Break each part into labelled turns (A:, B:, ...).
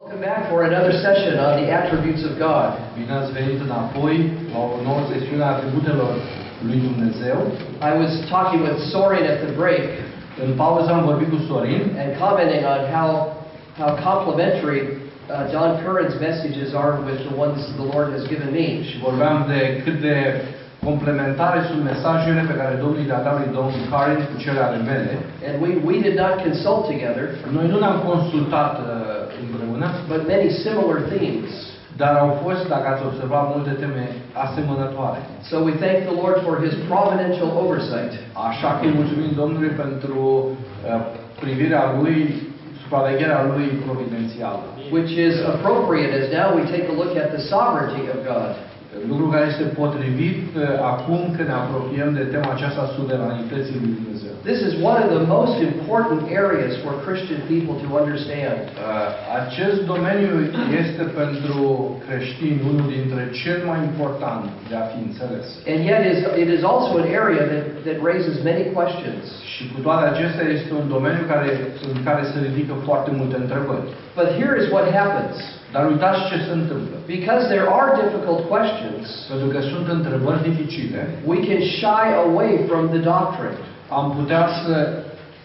A: Welcome back for another session on the attributes of God.
B: Bine ați venit înapoi la o nouă sesiune a atributelor lui Dumnezeu.
A: I was talking with Soren at the break
B: În pauză am vorbit cu Sorin
A: and commenting on how, how complementary uh, Don Curran's messages are with the ones the Lord has given me.
B: și vorbeam de cât de complementare sunt mesajele pe care Domnul le-a dat lui Domnul Karin cu cele ale mele.
A: And we, we did not consult together,
B: Noi nu ne-am consultat uh, împreună,
A: but many similar themes.
B: dar au fost, dacă ați observat, multe teme asemănătoare.
A: So we thank the Lord for his providential oversight.
B: Așa că îi mulțumim Domnului pentru uh, privirea lui, supravegherea lui providențială.
A: Which is appropriate as now we take a look at the sovereignty of God.
B: Lucru care este potrivit uh, acum când ne apropiem de tema aceasta a suveranității lui Dumnezeu. Uh,
A: This is one of the most important areas for Christian people to understand.
B: Uh, Acest domeniu este pentru creștini unul dintre cel mai important de a fi înțeles.
A: And yet is, it is also an area that, that raises many questions.
B: Și cu toate acestea este un domeniu care, în care se ridică foarte multe întrebări.
A: But here is what happens.
B: Dar uitați ce se întâmplă.
A: Because there are difficult questions,
B: Pentru că sunt întrebări dificile,
A: we can shy away from the doctrine.
B: am putea să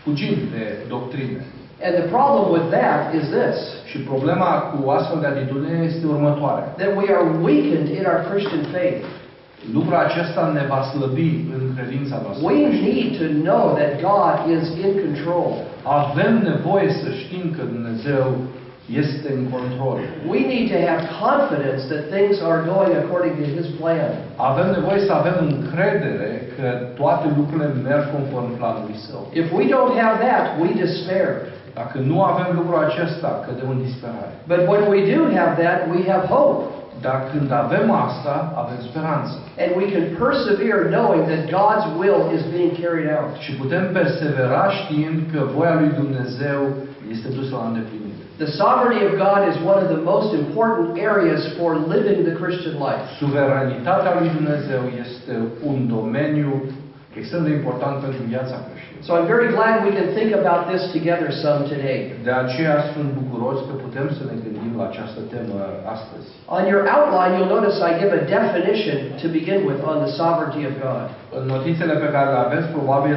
B: fugim de doctrine.
A: And the problem with that is this
B: Și problema cu astfel de atitudine este următoarea.
A: that we are weakened in our Christian faith.
B: Lucrul acesta ne va slăbi în credința noastră.
A: We need to know that God is in control.
B: Avem nevoie să știm că Dumnezeu este în control.
A: We need to have confidence that things are going according to His plan.
B: Avem nevoie să avem încredere că toate lucrurile merg conform planului său.
A: If we don't have that, we despair.
B: Dacă nu avem lucrul acesta, cădem în disperare.
A: But when we do have that, we have hope.
B: Dar când avem asta, avem speranță.
A: And we can persevere knowing that God's will is being carried out.
B: Și putem persevera știind că voia lui Dumnezeu este dusă la îndeplinire.
A: The sovereignty of God is one of the most important areas for living the Christian life.
B: Suveranitatea lui Dumnezeu este un domeniu extrem de important pentru viața creștină.
A: So I'm very glad we can think about this together some today.
B: De aceea sunt bucuros că putem să ne gândim la această temă astăzi.
A: On your outline, you'll notice I give a definition to begin with on the sovereignty of God.
B: În notițele pe care le aveți, probabil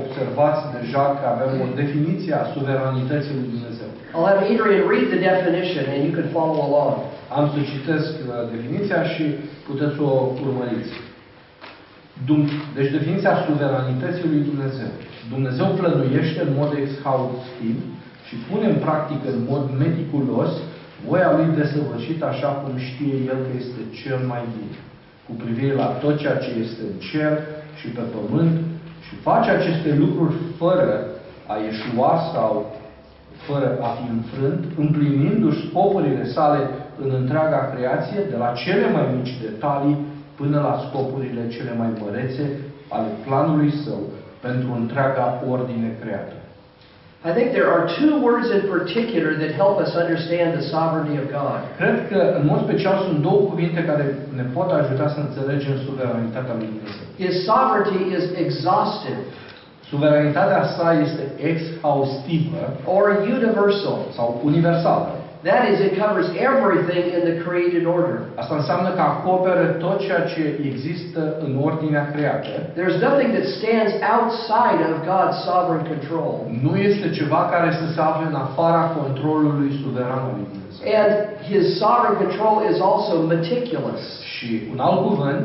B: observați deja că avem o definiție a suveranității lui Dumnezeu.
A: I'll have Adrian read the definition and you can follow along.
B: Am să citesc uh, definiția și puteți să o urmăriți. Dum- Deci definiția suveranității lui Dumnezeu. Dumnezeu plănuiește în mod exhaustiv și pune în practică în mod meticulos voia lui desăvârșită așa cum știe El că este cel mai bine, cu privire la tot ceea ce este în cer și pe pământ și face aceste lucruri fără a ieșua sau fără a fi înfrânt, împlinindu-și scopurile sale în întreaga creație, de la cele mai mici detalii până la scopurile cele mai mărețe ale planului său pentru întreaga ordine creată.
A: I think there are two words in particular that help us understand the sovereignty of God.
B: Cred că, în mod special, sunt două cuvinte care ne pot ajuta să înțelegem suveranitatea lui Dumnezeu.
A: His sovereignty is exhaustive
B: Suveranitatea sa este exhaustivă
A: or universal.
B: sau universală.
A: That is, it covers everything in the created order.
B: Asta înseamnă că acoperă tot ceea ce există în ordinea creată,
A: There's nothing that stands outside of God's sovereign control.
B: nu este ceva care să se afle în afara controlului suveran al lui Dumnezeu.
A: And his sovereign control is also meticulous.
B: Și un alt cuvânt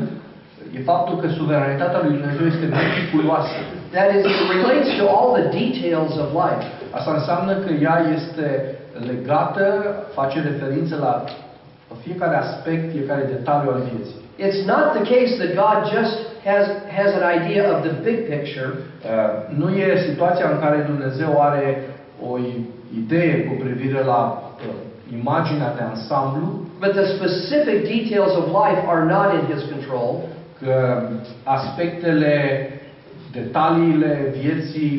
B: e faptul că suveranitatea lui Dumnezeu este meticuloasă.
A: That is, it relates to all the details of life.
B: Asta înseamnă că ea este legată, face referință la fiecare aspect, fiecare detaliu al vieții.
A: It's not the case that God just has, has an idea of the big picture,
B: Uh, Nu e situația în care Dumnezeu are o i- idee cu privire la uh, imaginea de ansamblu,
A: but the specific details of life are not in his control.
B: că aspectele, detaliile vieții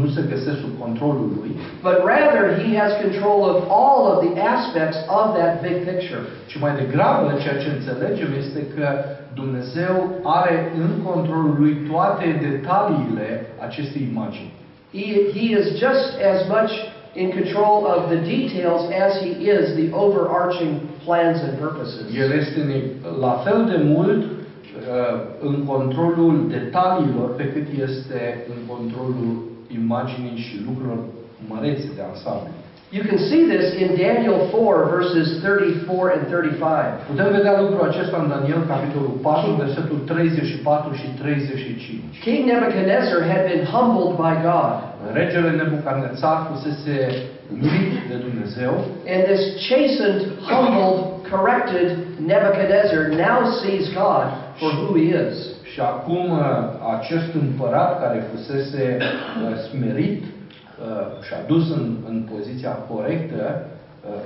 B: nu se găsesc sub controlul lui,
A: But rather, he has control of all of the aspects of that big picture.
B: ci mai degrabă ceea ce înțelegem este că Dumnezeu are în controlul lui toate detaliile acestei imagini.
A: He, he is just as much in control of the details as he is the overarching plans and purposes.
B: El este ne- la fel de mult uh, în controlul detaliilor pe cât este în controlul imaginii și lucrurilor mărețe de ansamblu.
A: You can see this in Daniel 4, verses 34 and 35.
B: Putem vedea lucrul acesta în Daniel, capitolul 4, versetul 34 și 35.
A: King Nebuchadnezzar had been humbled by God,
B: Regele Nebucarnețar fusese milit de Dumnezeu
A: and this chastened, humbled, corrected Nebuchadnezzar now sees God for who he is.
B: și acum uh, acest împărat care fusese uh, smerit uh, și adus în, în poziția corectă uh,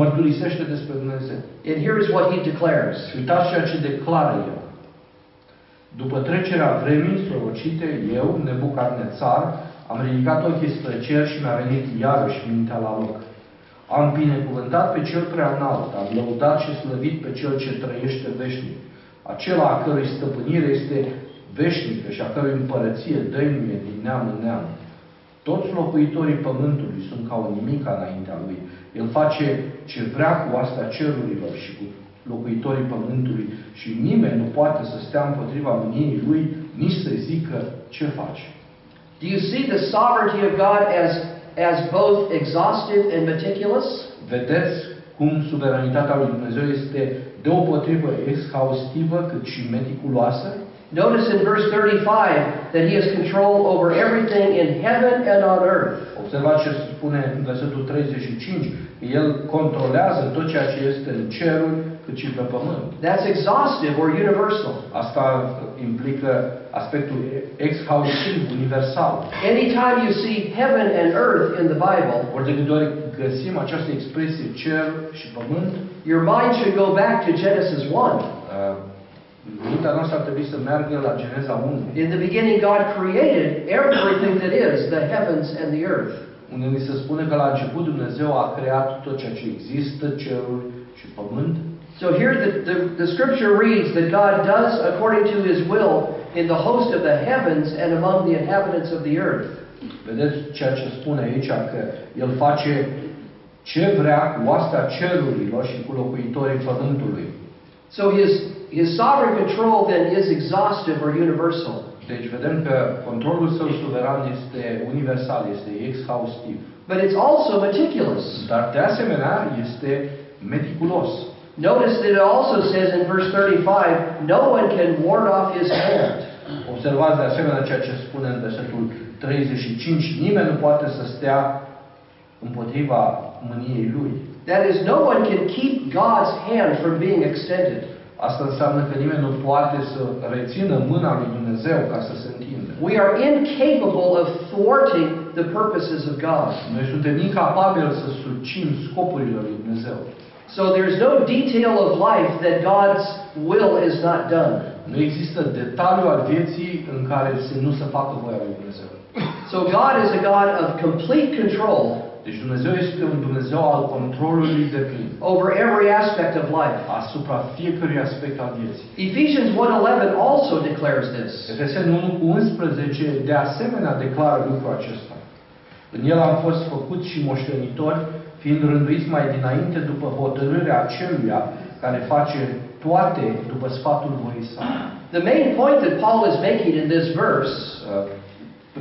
B: mărturisește despre Dumnezeu.
A: And here is what he declares.
B: Și uitați ceea ce declară el. După trecerea vremii prorocite, eu, Nebucarnețar, am ridicat ochii spre cer și mi-a venit iarăși mintea la loc. Am binecuvântat pe cel prea înalt, am lăudat și slăvit pe cel ce trăiește veșnic, acela a cărui stăpânire este veșnică și a cărui împărăție dăinuie din neam în neam. Toți locuitorii pământului sunt ca o nimica înaintea lui. El face ce vrea cu astea cerurilor și cu locuitorii pământului și nimeni nu poate să stea împotriva mâniei lui, nici să zică ce faci.
A: Do you see the sovereignty of God as, as both exhaustive and meticulous?
B: Vedeți cum suveranitatea lui Dumnezeu este deopotrivă exhaustivă cât și meticuloasă?
A: Notice in verse 35 that he has control over everything in heaven and on earth.
B: Observați ce spune în versetul 35, că El controlează tot ceea ce este în cerul cât și pe pământ.
A: That's exhaustive or universal.
B: Asta implică aspectul exhaustiv, universal.
A: Anytime you see heaven and earth in the Bible,
B: Ori de câte ori găsim această expresie cer și pământ,
A: your mind should go back to Genesis 1.
B: uh, mintea noastră ar trebui să meargă la Geneza 1,
A: In the beginning, God created everything that is, the heavens and the earth.
B: unde ni se spune că la început Dumnezeu a creat tot ceea ce există, cerul și pământ.
A: So here the, the, the scripture reads that God does according to his will in the host of the heavens and among the inhabitants of the earth.
B: Vedeți ceea ce spune aici, că El face ce vrea cu asta cerurilor și cu locuitorii pământului.
A: So his, his sovereign control then is exhaustive or universal.
B: Deci vedem că controlul său suveran este universal, este exhaustiv.
A: But it's also meticulous.
B: Dar de asemenea este meticulos.
A: Notice that it also says in verse 35, no one can ward off his hand.
B: Observați de asemenea ceea ce spune în versetul 35, nimeni nu poate să stea împotriva mâniei lui.
A: That is, no one can keep God's hand from being extended.
B: Asta înseamnă că nimeni nu poate să rețină mâna lui Dumnezeu ca să se întindă.
A: We are incapable of thwarting the purposes of God.
B: Noi suntem incapabili să sucim scopurile lui Dumnezeu.
A: So there's no detail of life that God's will is not done.
B: Nu există detaliu al vieții în care să nu se facă voia lui Dumnezeu.
A: So God is a God of complete control
B: Deci Dumnezeu este un Dumnezeu al controlului de plin
A: over every aspect of life.
B: asupra fiecărui aspect al vieții.
A: Ephesians 1:11 also declares this.
B: Efeseni 1 cu 11 de asemenea declară lucrul acesta. În el am fost făcut și moștenitori, fiind rânduiți mai dinainte după hotărârea aceluia care face toate după sfatul voii sale.
A: The main point that Paul is making in this verse
B: Uh,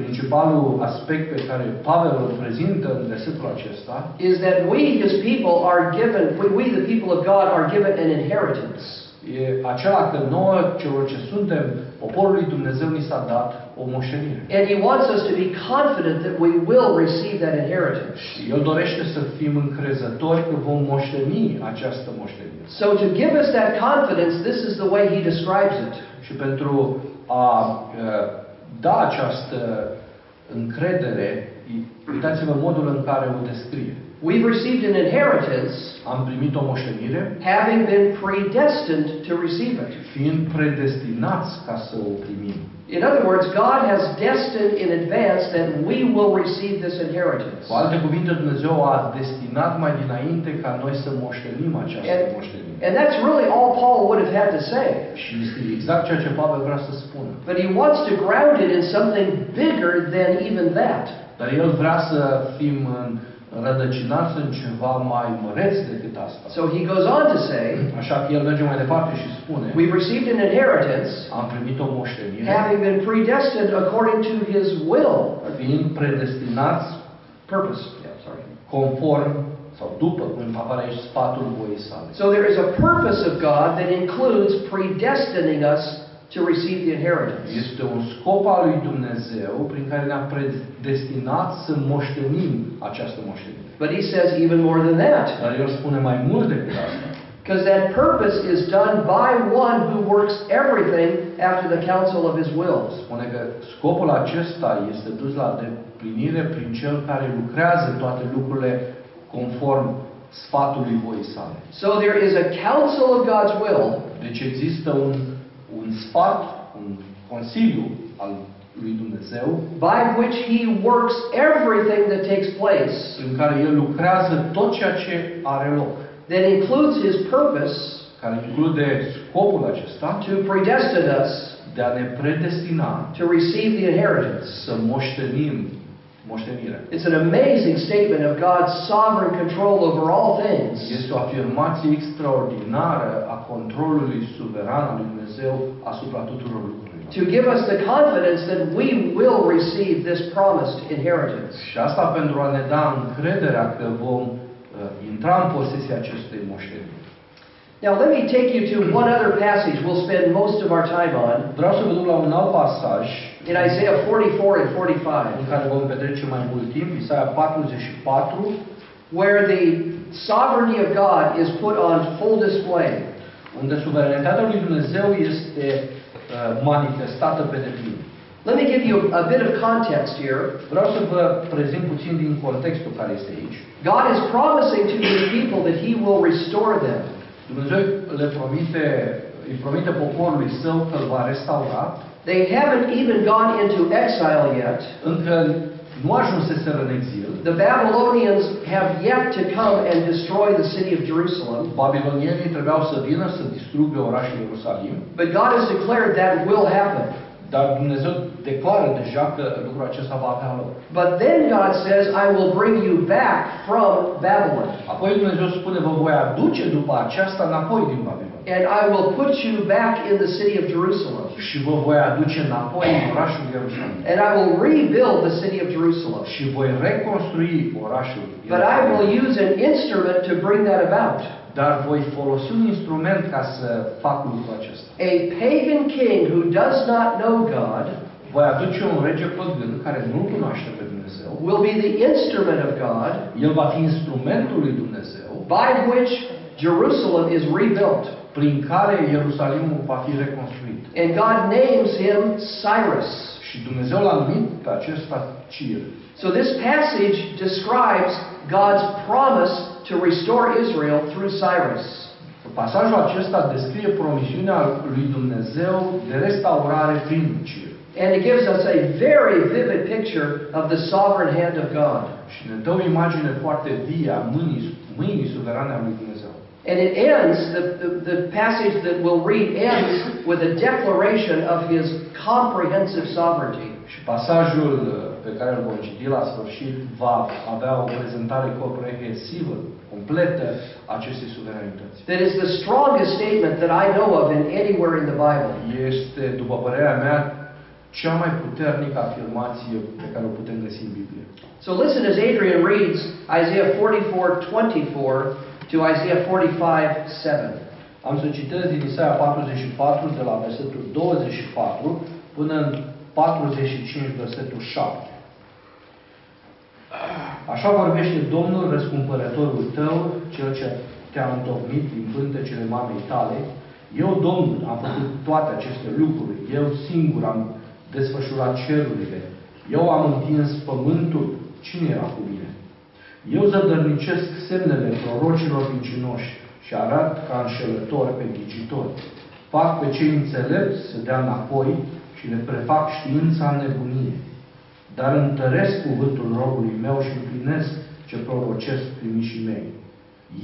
B: Principalul aspect pe care Pavel îl prezintă în versetul acesta
A: is that we, his people, are given, we, we, the people of God, are given an inheritance.
B: e acela că nouă, celor ce suntem, poporul lui Dumnezeu ni s-a dat o moștenire.
A: And he wants us to be confident that we will receive that inheritance.
B: Și El dorește să fim încrezători că vom moșteni această moștenire.
A: So, to give us that confidence, this is the way he describes it.
B: Și pentru a uh, da această încredere, uitați-vă modul în care o descrie.
A: We've received an inheritance,
B: Am primit o moștenire,
A: having been predestined to receive it.
B: fiind predestinați ca să o primim.
A: In other words, God has destined in advance that we will receive this inheritance.
B: Cu alte cuvinte, Dumnezeu a destinat mai dinainte ca noi să moștenim această
A: E-
B: moștenire.
A: And that's really all Paul would have had to say.
B: Și este exact ceea ce Pavel vrea să spună.
A: But he wants to ground it in something bigger than even that.
B: Dar El vrea să fim în- rădăcinați în ceva mai măreț decât asta.
A: So he goes on to say,
B: Așa că El merge mai departe și spune,
A: We've received an inheritance,
B: am primit o moștenire,
A: having been predestined according to his will,
B: fiind predestinați
A: purpose. Yeah, sorry.
B: conform sau după, în apare aici, sfatul voii sale.
A: So there is a purpose of God that includes predestining us to receive the inheritance.
B: Este un scop al lui Dumnezeu prin care ne-a predestinat să moștenim această moștenire.
A: But he says even more than that,
B: Dar el spune mai mult decât asta.
A: because that purpose is done by one who works everything after the counsel of his will.
B: Spune că scopul acesta este dus la deplinire prin cel care lucrează toate lucrurile conform sfatului voii sale.
A: So there is a counsel of God's will,
B: Deci există un, un sfat, un consiliu al lui Dumnezeu
A: by which he works everything that takes place,
B: în care el lucrează tot ceea ce are loc,
A: that includes his purpose
B: care include scopul acesta
A: to predestine us
B: de a ne predestina
A: to receive the inheritance.
B: să moștenim moștenirea.
A: It's an amazing statement of God's sovereign control over all things.
B: Este o afirmație extraordinară a controlului suveran al lui Dumnezeu asupra tuturor lucrurilor.
A: to give us the confidence that we will receive this promised inheritance.
B: Și asta pentru a ne da încrederea că vom uh, intra în posesia acestei moșteniri.
A: Now, let me take you to one other passage we'll spend most of our time on
B: Vreau să vă duc la un alt pasaj
A: in Isaiah 44 and
B: în
A: 45,
B: care vom petrece mai mult timp, Isaia 44,
A: where the sovereignty of God is put on full display.
B: unde suveranitatea lui Dumnezeu este uh, manifestată pe deplin.
A: Let me give you a bit of context here.
B: Vreau să vă prezint puțin din contextul care este aici.
A: God is promising to his people that he will restore them.
B: Dumnezeu le promite, îi promite poporului său că îl va restaura,
A: They haven't even gone into exile yet.
B: încă nu ajunseseră în exil.
A: The Babylonians have yet to come and destroy the city of Jerusalem.
B: Babilonienii trebuiau să vină să distrugă orașul Ierusalim,
A: But God has declared that will happen.
B: dar Dumnezeu declară deja că lucrul acesta va avea loc.
A: But then God says, I will bring you back from Babylon,
B: Apoi Dumnezeu spune, vă voi aduce după aceasta înapoi din Babilon
A: and I will put you back in the city of Jerusalem,
B: și vă voi aduce înapoi în orașul Ierusalim.
A: and I will rebuild the city of Jerusalem.
B: și voi reconstrui orașul.
A: But I will use an instrument to bring that about.
B: Dar voi folosi un instrument ca să fac lucrul acesta.
A: A pagan king who does not know God
B: Voi aduce un rege păgân care nu cunoaște pe Dumnezeu.
A: will be the instrument of God
B: El va fi instrumentul lui Dumnezeu
A: by which Jerusalem is rebuilt.
B: prin care Ierusalimul va fi reconstruit.
A: And God names him Cyrus.
B: Și Dumnezeu l-a numit pe acesta Cir.
A: So this passage describes God's promise to restore Israel through Cyrus.
B: Pasajul acesta descrie promisiunea lui Dumnezeu de restaurare prin Cir.
A: And it gives us a very vivid picture of the sovereign hand of God.
B: Și ne dă o imagine foarte vie a mâinii, mâinii suverane a lui Dumnezeu.
A: And it ends, the, the, the passage that we'll read ends with a declaration of his comprehensive sovereignty.
B: Și pasajul uh, pe care îl vom citi la sfârșit va avea o prezentare comprehensivă, completă a acestei suveranități.
A: That is the strongest statement that I know of in anywhere in the Bible.
B: Este, după părerea mea, cea mai puternică afirmație pe care o putem găsi în Biblie.
A: So listen as Adrian reads Isaiah 44 24 to Isaiah 45 7.
B: Am să citesc din Isaia 44, de la versetul 24 până în 45, versetul 7. Așa vorbește Domnul, răscumpărătorul tău, cel ce te-a întocmit din pântecele mamei tale. Eu, Domnul, am făcut toate aceste lucruri. Eu singur am desfășurat cerurile. Eu am întins pământul. Cine era cu mine? Eu zădărnicesc semnele prorocilor mincinoși și arat ca înșelători pe ghicitori. Fac pe cei înțelepți să dea înapoi și le prefac știința în nebunie. Dar întăresc cuvântul robului meu și împlinesc ce prorocesc primișii mei.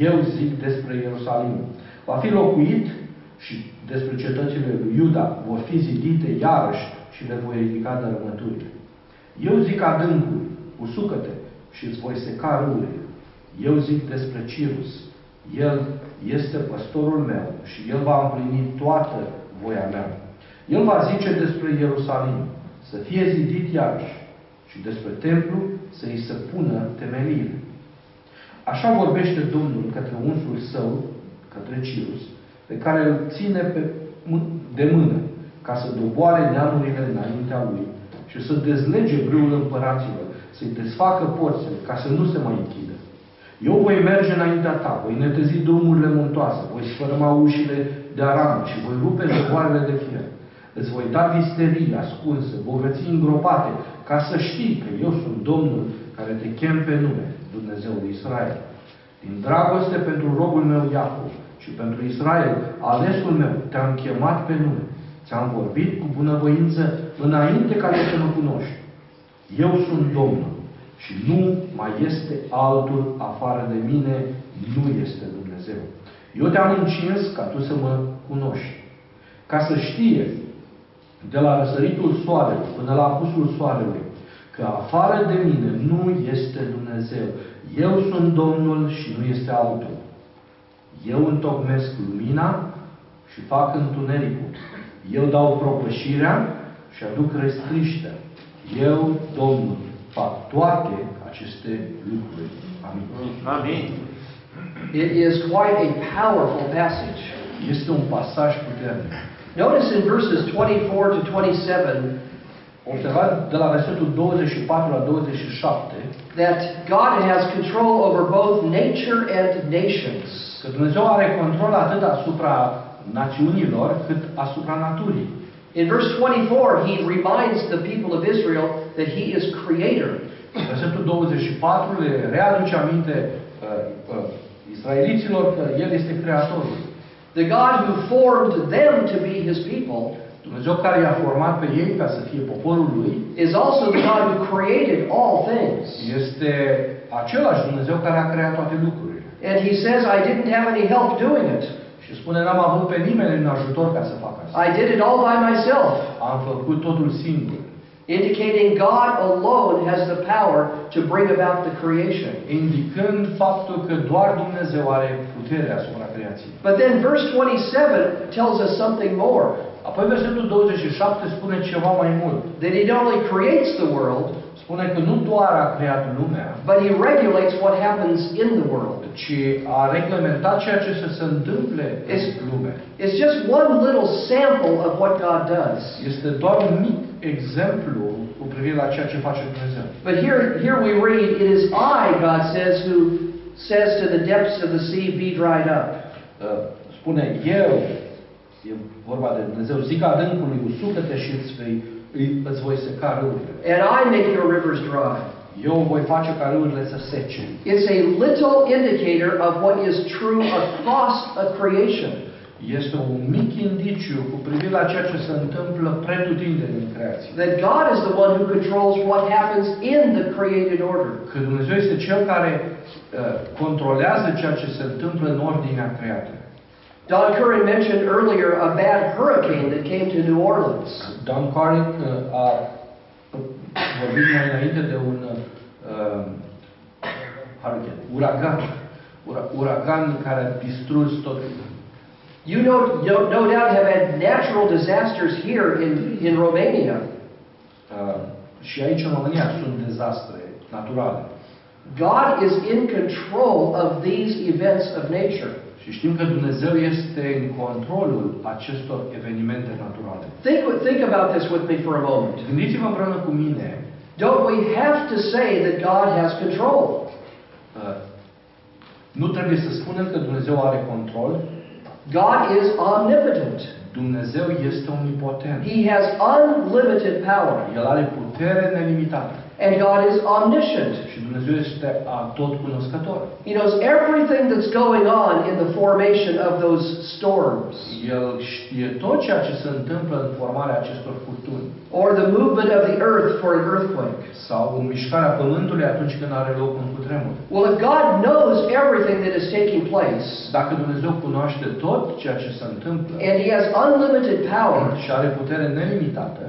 B: Eu zic despre Ierusalim. Va fi locuit și despre cetățile lui Iuda vor fi zidite iarăși și le voi ridica dărâmăturile. Eu zic adâncul, usucă-te și îți voi seca râurile. Eu zic despre Cirus, el este păstorul meu și el va împlini toată voia mea. El va zice despre Ierusalim, să fie zidit iarăși și despre templu să îi se pună temeliile. Așa vorbește Domnul către unsul său, către Cirus, pe care îl ține pe, mân- de mână, ca să doboare neamurile înaintea lui și să dezlege brâul împăraților, să-i desfacă porțile, ca să nu se mai închidă. Eu voi merge înaintea ta, voi netezi drumurile muntoase, voi sfărâma ușile de aramă și voi rupe zăvoarele de fier. Îți voi da visterii ascunse, bogății îngropate, ca să știi că eu sunt Domnul care te chem pe nume, Dumnezeul Israel. Din dragoste pentru robul meu Iacov și pentru Israel, alesul meu, te-am chemat pe nume. Ți-am vorbit cu bunăvoință înainte ca tu să mă cunoști. Eu sunt Domnul și nu mai este altul afară de mine, nu este Dumnezeu. Eu te-am încins ca tu să mă cunoști. Ca să știe, de la răsăritul soarelui până la apusul soarelui, că afară de mine nu este Dumnezeu. Eu sunt Domnul și nu este altul. Eu întocmesc lumina și fac întunericul. Eu dau propășirea și aduc restriștea. Eu, Domnul, fac toate aceste lucruri. Amin.
C: Amin.
A: It is quite a powerful passage.
B: Este un pasaj puternic.
A: Notice in verses 24 to 27
B: Observați de la versetul 24 la 27
A: that God has control over both nature and nations.
B: că Dumnezeu are control atât asupra națiunilor cât asupra naturii.
A: In verse 24, he reminds the people of Israel that he is creator.
B: Versetul 24 le readuce aminte uh, uh, israeliților că El este Creatorul.
A: The God who formed them to be his people
B: Dumnezeu care i-a format pe ei ca să fie poporul Lui
A: is also the God who created all things.
B: este același Dumnezeu care a creat toate lucrurile.
A: And he says, I didn't have any help doing it.
B: Și spune, n-am avut pe nimeni în ajutor ca să fac asta.
A: I did it all by myself,
B: Am făcut totul singur.
A: indicating God alone has the power to bring about the creation.
B: Indicând faptul că doar Dumnezeu are putere asupra creației.
A: But then verse 27 tells us something more.
B: Apoi versetul 27 spune ceva mai mult.
A: That he not only creates the world,
B: Spune că nu doar a creat lumea,
A: But he regulates what happens in the world.
B: ci a reglementat ceea ce să se întâmple
A: Este-
B: în lume.
A: It's just one little sample of what God does.
B: Este doar un mic exemplu cu privire la ceea ce face Dumnezeu.
A: But here, here we read, It is I, God says, who says to the depths of the sea, Be dried up.
B: Uh, Spune eu, e vorba de Dumnezeu, zic adâncului, usucă-te și îți, vei, îi- îți voi seca râurile.
A: And I make your rivers dry.
B: Eu voi face ca râurile să sece.
A: It's a little indicator of what is true across a creation.
B: Este un mic indiciu cu privire la ceea ce se întâmplă pretutindeni în creație.
A: That God is the one who controls what happens in the created order.
B: Că Dumnezeu este Cel care uh, controlează ceea ce se întâmplă în ordinea creată.
A: Don Curran mentioned earlier a bad hurricane that came to New Orleans.
B: Dan Carrick uh, a vorbit mai înainte de un uh, hurricane, uragan, ura, uragan care a distrus tot. Uh,
A: You no, no, no doubt have had natural disasters here in, in Romania.
B: Uh, și aici în România sunt dezastre naturale.
A: God is in control of these events of nature.
B: Și știm că Dumnezeu este în controlul acestor evenimente naturale.
A: Think, think about this with me for a moment.
B: Gândiți-vă împreună cu mine,
A: Don't we have to say that God has control?
B: uh, nu trebuie să spunem că Dumnezeu are control,
A: God is omnipotent.
B: Dumnezeu este omnipotent.
A: He has unlimited power.
B: El are putere nelimitată
A: And God is omniscient.
B: și Dumnezeu este tot cunoscător.
A: He knows everything that's going on in the formation of those storms,
B: El știe tot ceea ce se întâmplă în formarea acestor furtuni
A: or the movement of the earth for an earthquake.
B: sau în mișcarea pământului atunci când are loc un cutremur.
A: Well, if God knows everything that is taking place,
B: Dacă Dumnezeu cunoaște tot ceea ce se întâmplă
A: and He has unlimited power,
B: și are putere nelimitată,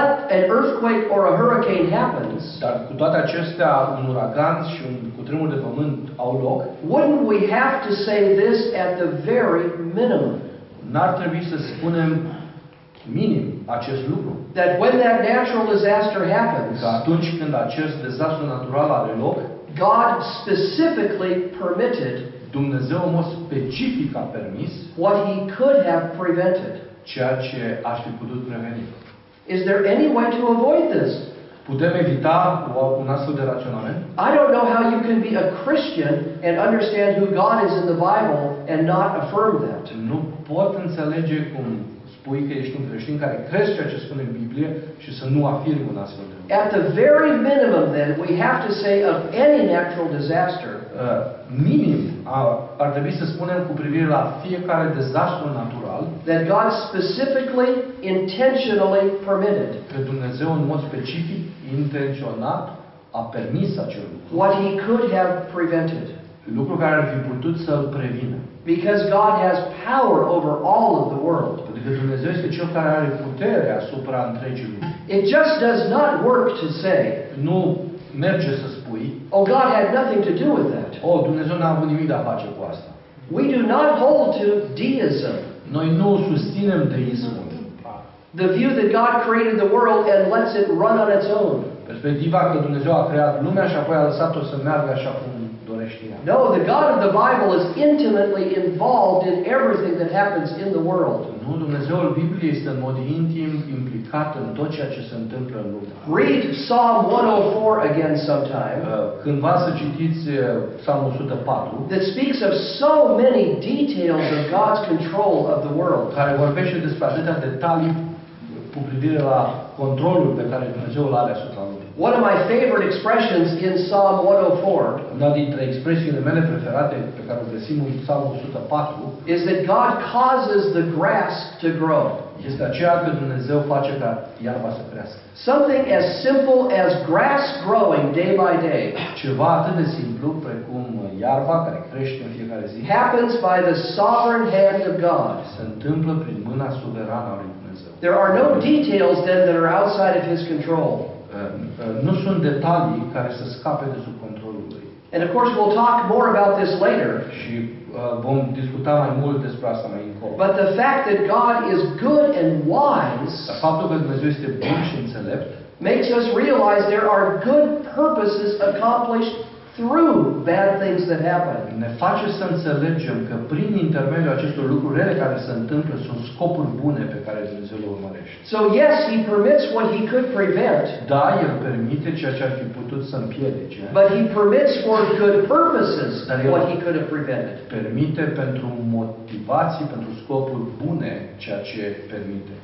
A: But an earthquake or a hurricane happens,
B: Dar cu toate acestea, un uragan și un cutremur de pământ au loc,
A: wouldn't we have to say this at the very minimum?
B: n-ar trebui să spunem minim acest lucru.
A: That when that natural disaster happens,
B: Că atunci când acest dezastru natural are loc,
A: God specifically permitted
B: Dumnezeu în mod specific a permis
A: what he could have prevented.
B: ceea ce aș fi putut preveni.
A: Is there any way to avoid this?
B: Putem evita o- un astfel de raționament?
A: I don't know how you can be a Christian and understand who God is in the Bible and not affirm that.
B: Nu pot înțelege cum spui că ești un creștin care crezi ceea ce spune în Biblie și să nu afirmi un astfel de lucru.
A: At the very minimum, then, we have to say of any natural disaster,
B: Uh, minim a- ar trebui să spunem cu privire la fiecare dezastru natural
A: that God specifically, intentionally permitted
B: că Dumnezeu în mod specific, intenționat, a permis acel lucru.
A: what He could have prevented.
B: Lucru care ar fi putut să-l prevină.
A: Because God has power over all of the world.
B: Pentru că Adică Dumnezeu este Cel care are putere asupra întregii lumii.
A: It just does not work to say,
B: Nu merge să spui,
A: oh, God had nothing to do with that.
B: o, Dumnezeu n-a avut nimic de a face cu asta.
A: We do not hold to deism,
B: Noi nu susținem deismul.
A: the view that God created the world and lets it run on its own.
B: Perspectiva că Dumnezeu a creat lumea și apoi a lăsat-o să meargă așa cum dorește ea.
A: No, the God of the Bible is intimately involved in everything that happens in the world.
B: Nu, Dumnezeul Bibliei este în mod intim implicat în tot ceea ce se întâmplă în lume.
A: Read Psalm 104 again sometime
B: Uh, Cândva să citiți uh, Psalmul 104,
A: that speaks of so many details of God's control of the world.
B: care vorbește despre atâtea detalii cu privire la controlul pe care Dumnezeu îl are asupra lumii.
A: One of my favorite expressions in Psalm 104
B: Una dintre expresiile mele preferate pe care o găsim în Psalmul 104
A: is that God causes the grass to grow.
B: este aceea că Dumnezeu face ca iarba să crească.
A: Something as simple as grass growing day by day
B: Ceva atât de simplu precum iarba care crește în fiecare zi
A: happens by the sovereign hand of God.
B: se întâmplă prin mâna suverană a lui Dumnezeu.
A: There are no details then that are outside of his control.
B: Uh, Nu sunt detalii care să scape de sub controlul lui.
A: And of course, we'll talk more about this later.
B: Și uh, vom discuta mai mult despre asta mai încolo.
A: But the fact that God is good and wise
B: Dar faptul că Dumnezeu este bun și înțelept
A: makes us realize there are good purposes accomplished through bad things that happen.
B: ne face să înțelegem că prin intermediul acestor lucruri rele care se întâmplă sunt scopuri bune pe care Dumnezeu le urmărește.
A: So, yes, he permits what he could prevent,
B: Da, El permite ceea ce ar fi putut să împiedice,
A: but he permits for good purposes
B: Dar eu-
A: what he could have prevented.
B: permite pentru motivații, pentru scopuri bune ceea ce permite.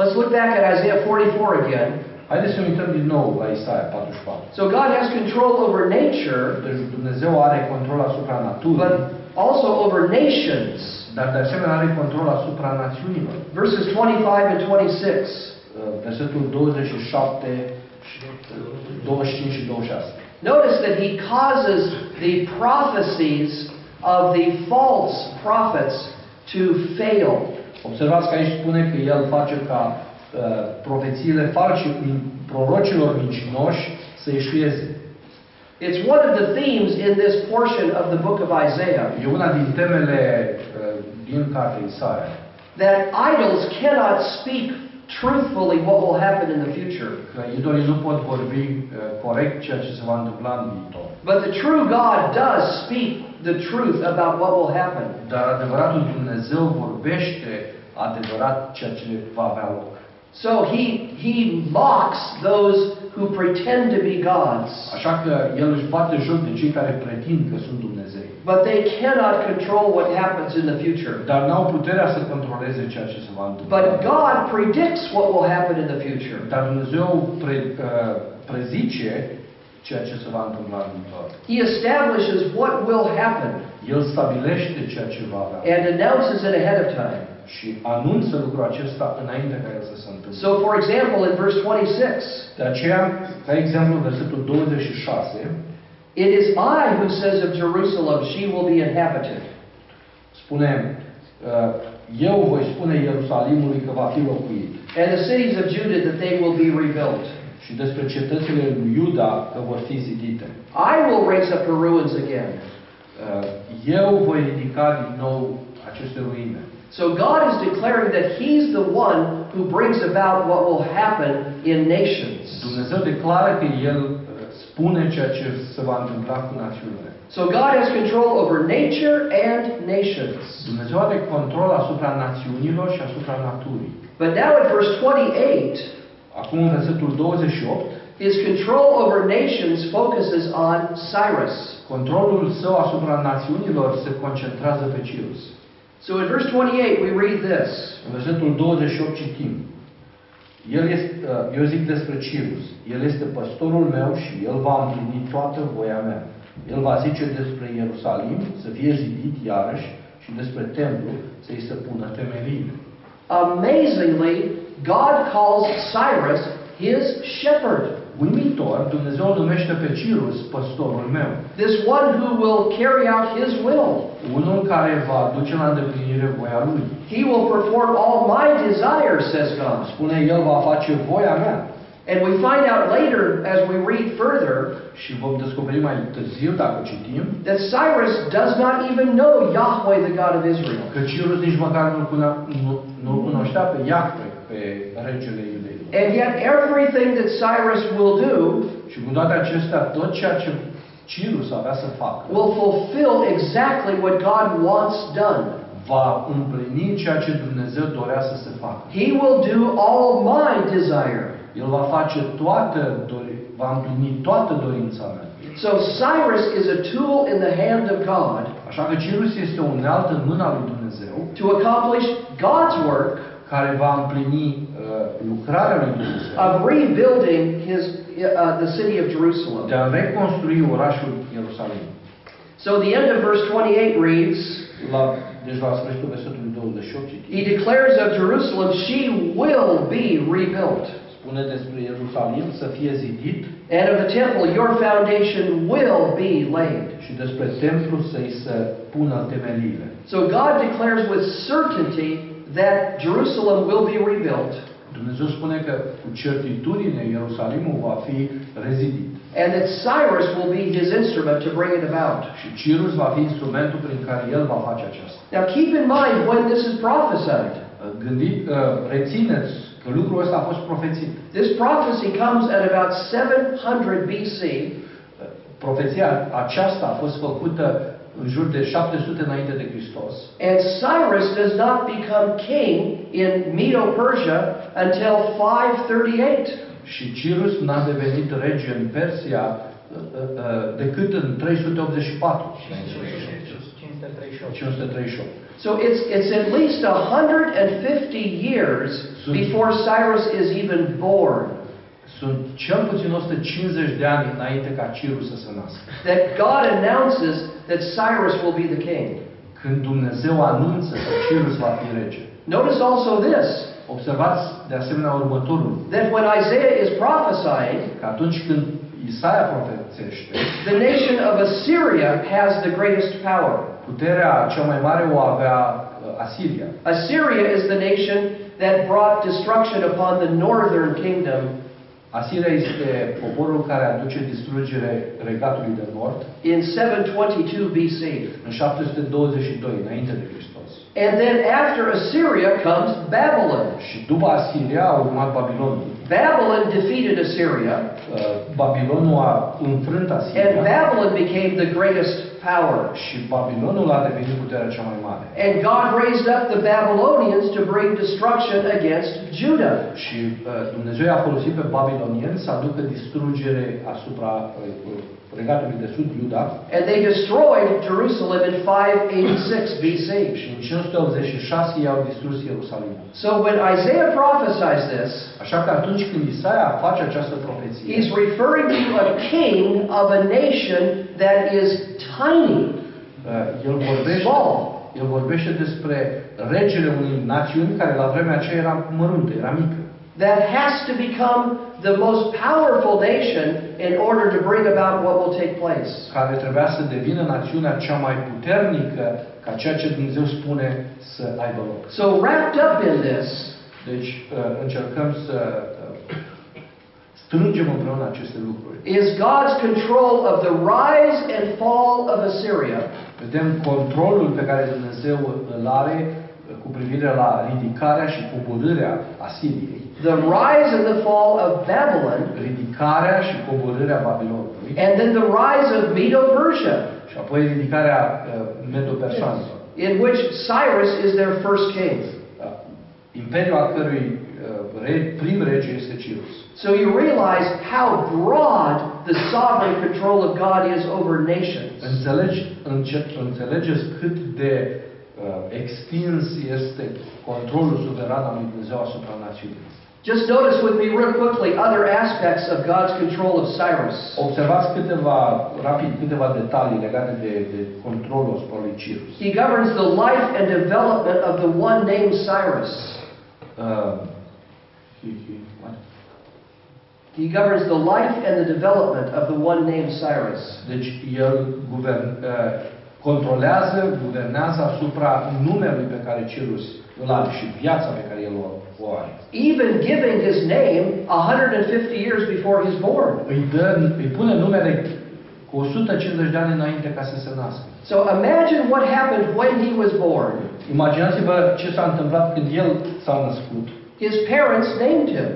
A: Let's look back at Isaiah 44 again.
B: Haideți să ne uităm din nou la Isaia 44.
A: So, God has control over nature,
B: Deci Dumnezeu are control asupra naturii,
A: but also over nations.
B: dar de asemenea are control asupra națiunilor. Uh,
A: Verses 25 and 26.
B: Versetul 27, 25 uh, și 26.
A: Notice that he causes the prophecies of the false prophets to fail.
B: Observați că aici spune că el face ca uh, profețiile false, prorocilor mincinoși să ieșuieze.
A: It's one of the themes in this portion of the book of Isaiah
B: E una din temele uh, din cartea Isaia,
A: that idols cannot speak truthfully what will happen in the future.
B: că idolii nu pot vorbi uh, corect ceea ce se va întâmpla în viitor.
A: But the true God does speak the truth about what will happen.
B: Dar adevăratul Dumnezeu vorbește adevărat ceea ce va avea loc.
A: So he, he mocks those who pretend to be gods,
B: Așa că el își bate joc de cei care pretind că sunt Dumnezei.
A: but they cannot control what happens in the future.
B: Dar n-au puterea să controleze ceea ce se va întâmpla.
A: But God predicts what will happen in the future.
B: Dar Dumnezeu pre, uh, prezice ceea ce se va întâmpla în viitor.
A: He establishes what will happen
B: El stabilește ceea ce va avea
A: and announces it ahead of time.
B: și anunță lucrul acesta înainte ca el să se întâmple.
A: So, for example, in verse 26,
B: De aceea, ca exemplu, versetul 26
A: it is I who says of Jerusalem, she will be inhabited.
B: spune uh, eu voi spune Ierusalimului că va fi locuit
A: and the cities of Judah that they will be rebuilt.
B: și despre cetățile lui Iuda că vor fi zidite.
A: I will raise up her ruins again.
B: Uh, Eu voi ridica din nou aceste ruine.
A: So God is declaring that He's the one who brings about what will happen in nations.
B: Dumnezeu declară că El uh, spune ceea ce se va întâmpla cu națiunile.
A: So God has control over nature and nations.
B: Dumnezeu are control asupra națiunilor și asupra naturii.
A: But now at verse 28,
B: Acum în versetul 28,
A: His control over nations focuses on Cyrus.
B: controlul său asupra națiunilor se concentrează pe Cirus.
A: So in verse 28, we read this
B: În versetul 28 citim. El este, uh, eu zic despre Cirus, el este păstorul meu și el va împlini toată voia mea. El va zice despre Ierusalim să fie zidit iarăși și despre templu să-i se pună temeliile.
A: Amazingly, God calls Cyrus His shepherd,
B: Uimitor, Dumnezeu îl numește pe Cirus păstorul meu,
A: this one who will carry out His will.
B: unul care va duce la îndeplinire voia lui.
A: He will perform all my desires, says God.
B: Spune, el va face voia mea.
A: And we find out later, as we read further,
B: Și vom descoperi mai târziu, dacă citim,
A: that Cyrus does not even know Yahweh, the God of Israel.
B: Că Cirus nici măcar nu-l cuna- nu, nu cunoștea pe Iacpe, pe regele iudeilor.
A: And yet, everything that Cyrus will do
B: Și cu toate acestea, tot ceea ce Cirus avea să facă,
A: will fulfill exactly what God wants done.
B: va împlini ceea ce Dumnezeu dorea să se facă.
A: He will do all my desire.
B: El va face toată, dori- va împlini toată dorința mea.
A: So, Cyrus is a tool in the hand of God
B: Așa că Cirus este o unealtă în mâna lui Dumnezeu
A: to accomplish God's work
B: care va împlini uh, lucrarea lui Dumnezeu
A: of rebuilding his, uh, the city of Jerusalem.
B: de a reconstrui orașul Ierusalim.
A: So, the end of verse 28 reads.
B: La, deci la sfârșitul versetului 28 citim.
A: He declares of Jerusalem, she will be rebuilt.
B: Spune despre Ierusalim să fie zidit
A: And of the temple, your foundation will be laid.
B: și despre templu să-i se pună temeliile.
A: So God declares with certainty that Jerusalem will be rebuilt
B: Dumnezeu spune că cu certitudine Ierusalimul va fi rezidit
A: and that Cyrus will be his instrument to bring it about.
B: și Cirus va fi instrumentul prin care el va face aceasta.
A: Now keep in mind when this is prophesied.
B: Gândit, uh, rețineți că lucrul ăsta a fost profețit.
A: This prophecy comes at about 700 BC,
B: Profeția aceasta a fost făcută în jur de 700 înainte de Hristos
A: and Cyrus does not become king in Medo-Persia until 538.
B: și Cirus n-a devenit rege în Persia uh, uh, uh, decât în 384.
C: 538.
B: 538.
A: So it's, it's at least 150 years
B: So-
A: before Cyrus is even born
B: Sunt cel puțin 150 de ani înainte ca Cirus să se nască.
A: that God announces that Cyrus will be the king.
B: Când Dumnezeu anunță că Cirus va fi rege.
A: Notice also this
B: Observați de asemenea următorul,
A: that when Isaiah is prophesying,
B: că atunci când Isaia profețește,
A: the nation of Assyria has the greatest power.
B: puterea cea mai mare o avea uh, Asiria.
A: Assyria is the nation that brought destruction upon the northern kingdom
B: Asiria este poporul care aduce distrugere regatului de nord
A: in 722 BC.
B: în 722 înainte de Hristos.
A: And then after Assyria comes Babylon.
B: Și după Asiria a urmat Babilonul.
A: Babylon defeated Assyria.
B: Uh, Babilonul a înfrânt
A: And
B: Asiria
A: Babylon became the greatest power.
B: și Babilonul a devenit puterea cea mai mare.
A: And God raised up the Babylonians to bring destruction against Judah.
B: Și uh, Dumnezeu i-a folosit pe babilonieni să aducă distrugere asupra uh, regatului de sud, Iuda,
A: And they destroyed Jerusalem in 586 BC.
B: și în 586 i-au distrus Ierusalimul.
A: So when Isaiah prophesies this,
B: Așa că atunci când Isaia face această profeție, uh,
A: he's referring to a king of a nation that is tiny,
B: uh, el, vorbește,
A: small.
B: el vorbește despre regele unei națiuni care la vremea aceea era măruntă, era mică.
A: That has to become the most powerful nation in order to bring about what will take place.
B: care trebuia să devină națiunea cea mai puternică ca ceea ce Dumnezeu spune să aibă loc.
A: So wrapped up in this
B: Deci uh, încercăm să uh, strângem împreună aceste lucruri.
A: is God's control of the rise and fall of Assyria
B: Vedem controlul pe care Dumnezeu îl are uh, cu privire la ridicarea și coborârea Asiriei,
A: the rise and the fall of Babylon,
B: ridicarea și coborârea Babilonului
A: and then the rise of Medo Persia,
B: și apoi ridicarea uh, medo-persanilor,
A: in which Cyrus is their first king.
B: uh, imperiul al cărui uh, re, prim rege este Cirus.
A: So you realize how broad the sovereign control of God is over nations.
B: Înțelegi, înce, înțelegeți cât de uh, extins este controlul suveran al lui Dumnezeu asupra națiunii.
A: Just notice with me, real quickly, other aspects of God's control of Cyrus.
B: Observați câteva, rapid, câteva detalii legate de, de controlul asupra lui Cirus.
A: He governs the life and development of the one named Cyrus.
B: Uh, he- he- what?
A: He governs the life and the development of the one named Cyrus.
B: Deci el guvern, uh, controlează, guvernează asupra numelui pe care Cirus îl are și viața pe care el o, o are.
A: Even giving his name 150 years before he's born.
B: Îi, dă, îi pune numele cu 150 de ani înainte ca să se nască.
A: So imagine what happened when he was born.
B: Imaginați-vă ce s-a întâmplat când el s-a născut,
A: His parents named him,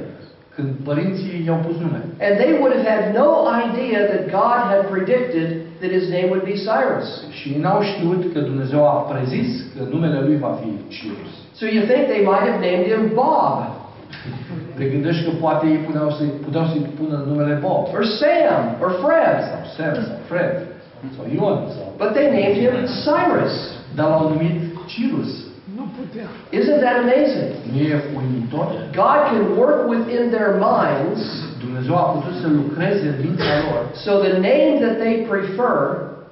B: când părinții i-au pus nume.
A: and they would have had no idea that God had predicted that his name would be Cyrus.
B: Și n-au știut că Dumnezeu a prezis că numele lui va fi Cirus.
A: So you think they might have named him Bob,
B: Te gândești că poate ei puteau să-i, puteau să-i pună numele Bob,
A: or Sam, or Fred,
B: sau Sam, sau Fred, sau Ion, sau...
A: but they named him Cyrus.
B: Dar l-au numit Cirus.
A: Isn't that amazing?
B: Nu e uimitor?
A: God can work within their minds
B: Dumnezeu a putut să lucreze în mintea lor
A: So the name that they prefer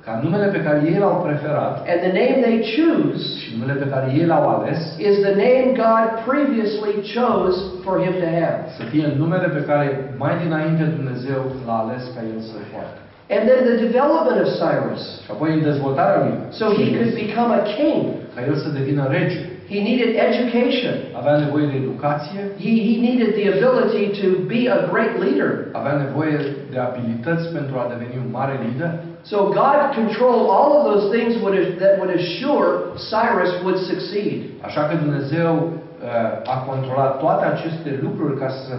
B: ca numele pe care ei l-au preferat
A: and the name they choose
B: și numele pe care ei l-au ales
A: is the name God previously chose for him to have.
B: să fie numele pe care mai dinainte Dumnezeu l-a ales ca el să-l poartă.
A: And then the development of Cyrus.
B: Și apoi în dezvoltarea lui,
A: So he could become a king.
B: ca el să devină rege,
A: He needed education.
B: avea nevoie de educație,
A: He, he needed the ability to be a great leader.
B: avea nevoie de abilități pentru a deveni un mare lider,
A: So God controlled all of those things would, that would assure Cyrus would succeed.
B: Așa că Dumnezeu uh, a controlat toate aceste lucruri ca să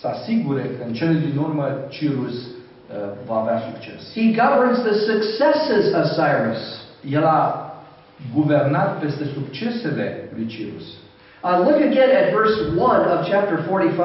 B: să asigure că în cele din urmă Cirus uh, va avea succes.
A: He governs the successes of Cyrus.
B: El a guvernat peste succesele lui Cirus.
A: Uh, look again at verse 1 of chapter 45.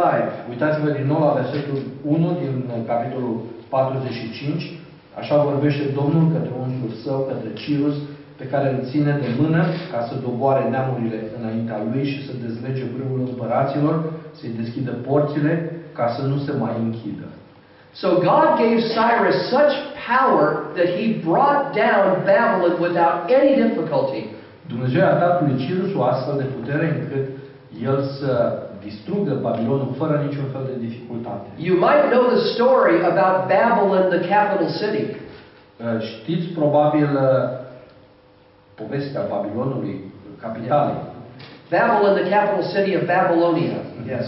B: Uitați-vă din nou la versetul 1 din uh, capitolul 45. Așa vorbește Domnul către unchiul său, către Cirus, pe care îl ține de mână ca să doboare neamurile înaintea lui și să dezlege vârful împăraților, să-i deschidă porțile ca să nu se mai închidă.
A: So God gave Cyrus such power that he brought down Babylon without any difficulty.
B: Dumnezeu i-a dat lui Cirus o astfel de putere încât el să distrugă Babilonul fără niciun fel de dificultate.
A: You might know the story about Babylon, the capital city.
B: Uh, Știți probabil uh, povestea Babilonului, uh, capitalei.
A: Babylon, the capital city of Babylonia. Yes.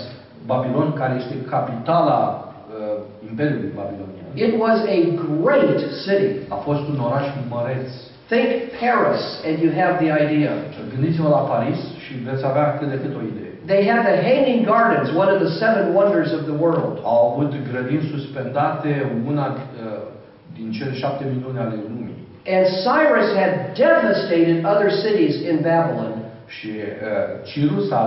B: Babilon care este capitala uh, Imperiului Babilonian.
A: It was a great city.
B: A fost un oraș măreț.
A: Think Paris, and you have the idea.
B: Gândiți-vă la Paris și veți avea cât de cât o idee.
A: They had the Hanging Gardens, one of the seven wonders of the world.
B: Au avut grădini suspendate, una uh, din cele șapte minuni ale lumii.
A: And Cyrus had devastated other cities in Babylon.
B: Și uh, Cirus a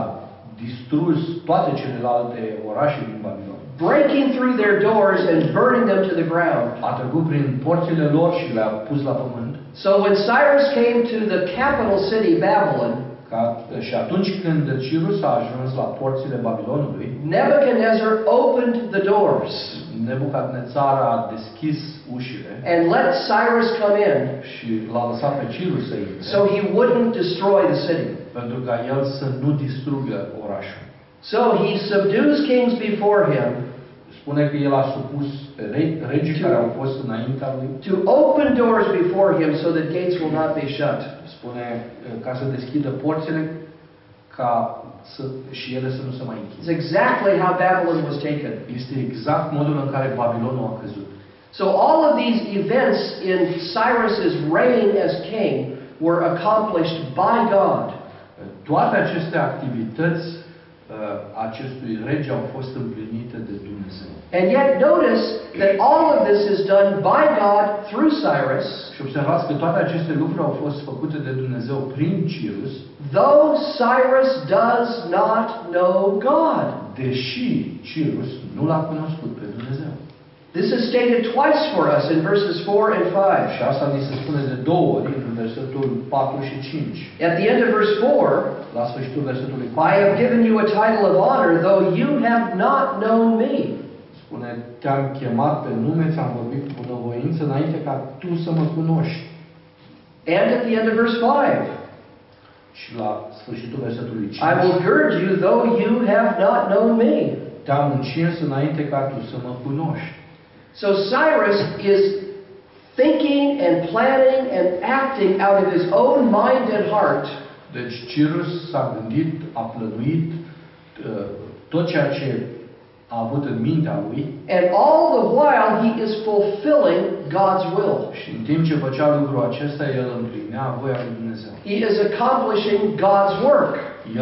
B: distrus toate celelalte orașe din Babilon.
A: breaking through their doors and burning them to the ground.
B: A trecut prin porțile lor și le-a pus la pământ.
A: So when Cyrus came to the capital city, Babylon,
B: Ca, și atunci când Cirus a ajuns la porțile Babilonului,
A: Nebuchadnezzar opened the doors
B: Nebucadnețar a deschis ușile
A: and let Cyrus come in
B: și l-a lăsat pe Cirus să intre,
A: so he wouldn't destroy the city.
B: pentru ca el să nu distrugă orașul.
A: So he subdues kings before him
B: Spune că el a supus pe re- regii care au fost înaintea lui.
A: to open doors before him so that gates will not be shut.
B: Spune uh, ca să deschidă porțile ca să, și ele să nu se mai
A: It's
B: închidă.
A: exactly how Babylon was taken.
B: Este exact modul în care Babilonul a căzut.
A: So all of these events in Cyrus's reign as king were accomplished by God.
B: Toate aceste activități uh, acestui rege au fost împlinite de Dumnezeu.
A: And yet notice that all of this is done by God through Cyrus,
B: Și observați că toate aceste lucruri au fost făcute de Dumnezeu prin Cirus,
A: though Cyrus does not know God.
B: deși Cirus nu l-a cunoscut pe Dumnezeu.
A: This is stated twice for us in verses 4 and 5.
B: Și asta ni se spune de două ori în versetul 4 și 5.
A: At the end of verse 4,
B: La sfârșitul versetului
A: I
B: 4
A: have given you a title of honor, though you have not known me.
B: spune, te-am chemat pe nume, ți-am vorbit cu bunăvoință înainte ca tu să mă cunoști.
A: And at the end of verse 5,
B: Și la sfârșitul versetului 5,
A: I will gird you, though you have not known me.
B: te-am încins înainte ca tu să mă cunoști.
A: So Cyrus is thinking and planning and acting out of his own mind and heart,
B: Deci Cirus s-a gândit, a plănuit uh, tot ceea ce a avut în mintea lui
A: and all the while he is fulfilling God's will.
B: și în timp ce făcea lucrul acesta, el împlinea voia lui Dumnezeu.
A: He is accomplishing God's work,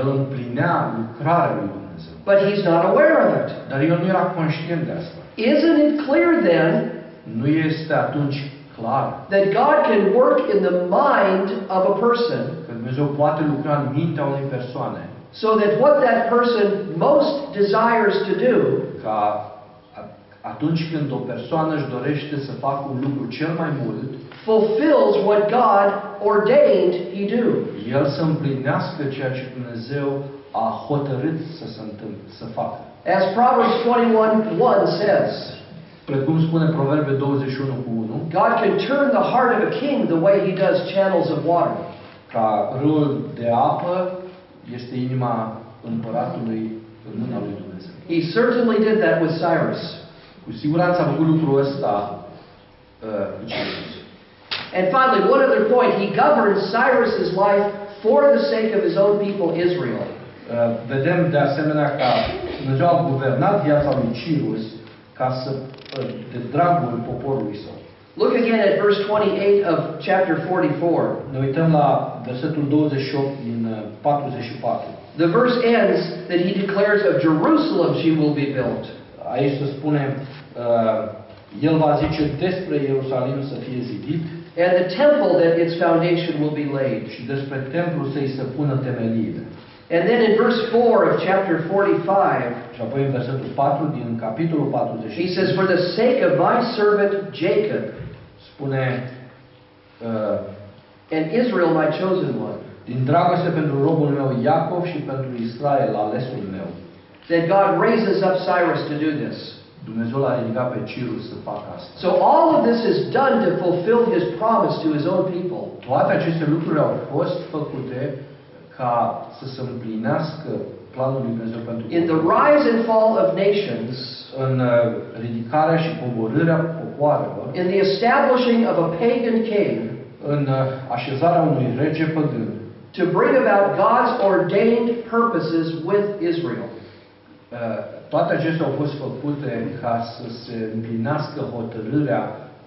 B: El împlinea lucrarea lui Dumnezeu.
A: but he's not aware of it.
B: Dar el nu era conștient de asta.
A: Isn't it clear then
B: Nu este atunci clar
A: that God can work in the mind of a person?
B: că Dumnezeu poate lucra în mintea unei persoane
A: So that what that person most desires to do
B: ca a- atunci când o persoană își dorește să facă un lucru cel mai mult,
A: fulfills what God ordained he do.
B: el să împlinească ceea ce Dumnezeu a hotărât să se întâmple, să facă.
A: As Proverbs 21:1 says,
B: Precum spune Proverbe 21 cu 1,
A: God can turn the heart of a king the way he does channels of water.
B: ca râul de apă este inima împăratului în mâna lui Dumnezeu.
A: He certainly did that with Cyrus.
B: Cu siguranță a făcut lucrul ăsta uh, cu Cirus.
A: And finally, one other point, he governed Cyrus's life for the sake of his own people Israel.
B: Uh, Vedem de asemenea că Dumnezeu a guvernat viața lui Cirus ca să, uh, de dragul poporului său.
A: Look again at verse 28 of chapter 44.
B: Ne uităm la versetul 28 din uh, 44.
A: The verse ends that he declares of Jerusalem she will be built.
B: Aici se spune, uh, el va zice despre Ierusalim să fie zidit
A: and the temple that its foundation will be laid.
B: și despre templu să-i se pună temeliile.
A: And then in verse 4 of chapter 45,
B: Și apoi în versetul 4 din capitolul
A: he
B: 46
A: says, For the sake of my servant Jacob
B: spune, uh,
A: and Israel, my chosen one,
B: din dragoste pentru robul meu Iacov și pentru Israel, alesul meu.
A: that God raises up Cyrus to do this.
B: Dumnezeu l-a ridicat pe Cirus să facă asta.
A: So all of this is done to fulfill his promise to his own people.
B: Toate aceste lucruri au fost făcute ca să se împlinească planul lui Dumnezeu pentru
A: In the
B: popor.
A: rise and fall of nations,
B: în uh, ridicarea și coborârea popoarelor,
A: in the establishing of a pagan king,
B: în uh, așezarea unui rege păgân, Uh,
A: to bring about God's ordained purposes with Israel.
B: uh, toate acestea au fost făcute ca să se împlinească hotărârea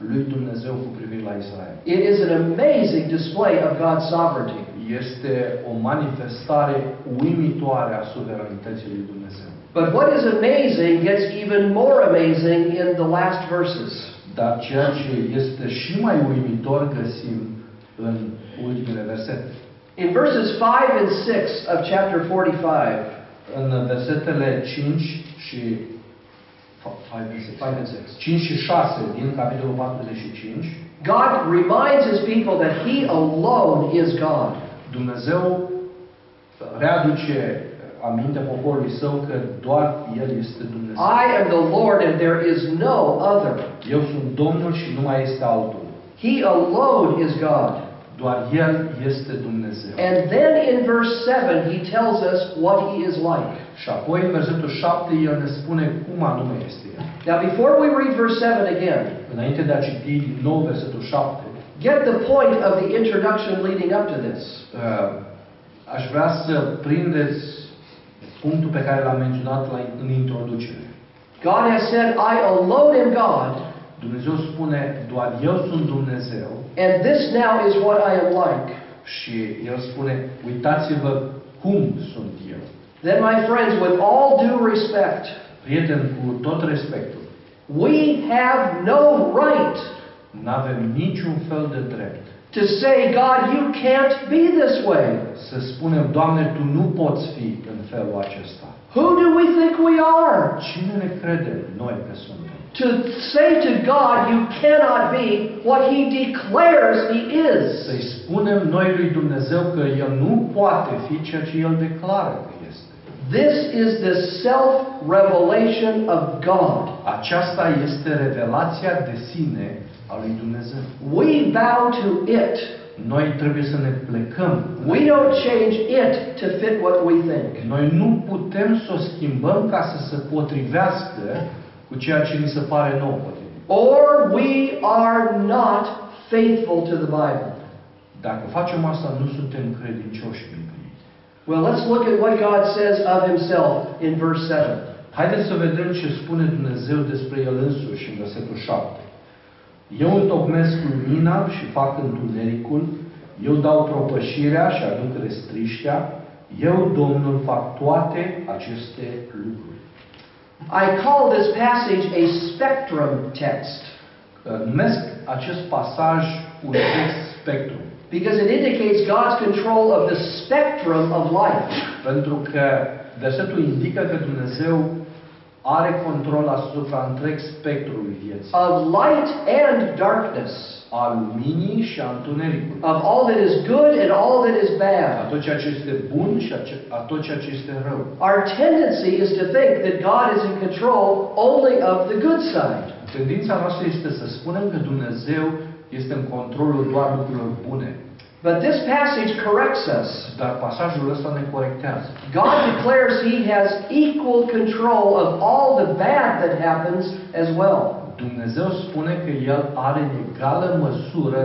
B: lui Dumnezeu cu privire la Israel.
A: It is an amazing display of God's sovereignty.
B: Este o manifestare uimitoare a suveranității lui Dumnezeu.
A: But what is amazing gets even more amazing in the last verses.
B: Dar ceea ce este și mai uimitor găsim în ultimele versete.
A: In verses 5 and 6 of chapter 45,
B: În versetele 5 și 5 and 6. 5 și 6 din capitolul 45,
A: God reminds his people that he alone is God.
B: Dumnezeu readuce aminte poporului său că doar El este Dumnezeu.
A: I am the Lord and there is no other.
B: Eu sunt Domnul și nu mai este altul.
A: He alone is God.
B: Doar El este Dumnezeu.
A: And then in verse 7, he tells us what he is like.
B: Și apoi, în versetul 7, El ne spune cum anume este El.
A: Now, before we read verse 7 again,
B: Înainte de a citi din nou versetul 7,
A: get the point of the introduction leading up to this.
B: uh, aș vrea să prindeți punctul pe care l-am menționat la, în introducere.
A: God has said, I alone am God,
B: Dumnezeu spune, doar eu sunt Dumnezeu
A: and this now is what I am like.
B: și El spune, uitați-vă cum sunt eu.
A: Then, my friends, with all due respect,
B: Prieten, cu tot respectul,
A: we have no right
B: nu avem niciun fel de drept
A: to say, God, you can't be this way.
B: să spunem, Doamne, Tu nu poți fi în felul acesta.
A: Who do we think we are?
B: Cine ne credem noi că suntem?
A: To say to God, you cannot be what He declares He
B: Să-i
A: is.
B: spunem noi lui Dumnezeu că El nu poate fi ceea ce El declară că este.
A: This is the self revelation of God.
B: Aceasta este revelația de sine a lui Dumnezeu.
A: We bow to it.
B: Noi trebuie să ne plecăm.
A: We don't change it to fit what we think.
B: Noi nu putem să o schimbăm ca să se potrivească cu ceea ce ni se pare nou potrivit.
A: Or we are not faithful to the Bible.
B: Dacă facem asta, nu suntem credincioși Bibliei.
A: Well, let's look at what God says of himself in verse 7.
B: Haideți să vedem ce spune Dumnezeu despre El însuși în versetul 7. Eu întocmesc lumina și fac întunericul, eu dau propășirea și aduc restriștea, eu, Domnul, fac toate aceste lucruri.
A: I call this passage a spectrum text
B: Numesc acest pasaj un text spectru,
A: because it indicates God's control of the spectrum of life.
B: pentru că versetul indică că Dumnezeu are control asupra întreg spectrului vieții,
A: Of light and darkness,
B: a luminii și a întunericului.
A: of all that is good and all that is
B: a
A: bad.
B: tot ceea ce este bun și a ce- a tot ceea ce este rău.
A: Our tendency is to think that God is in control only of the good side.
B: Tendința noastră este să spunem că Dumnezeu este în controlul doar lucrurilor bune.
A: But this passage corrects us.
B: Dar pasajul ăsta ne corectează.
A: God declares he has equal control of all the bad that happens as well.
B: Dumnezeu spune că El are în egală măsură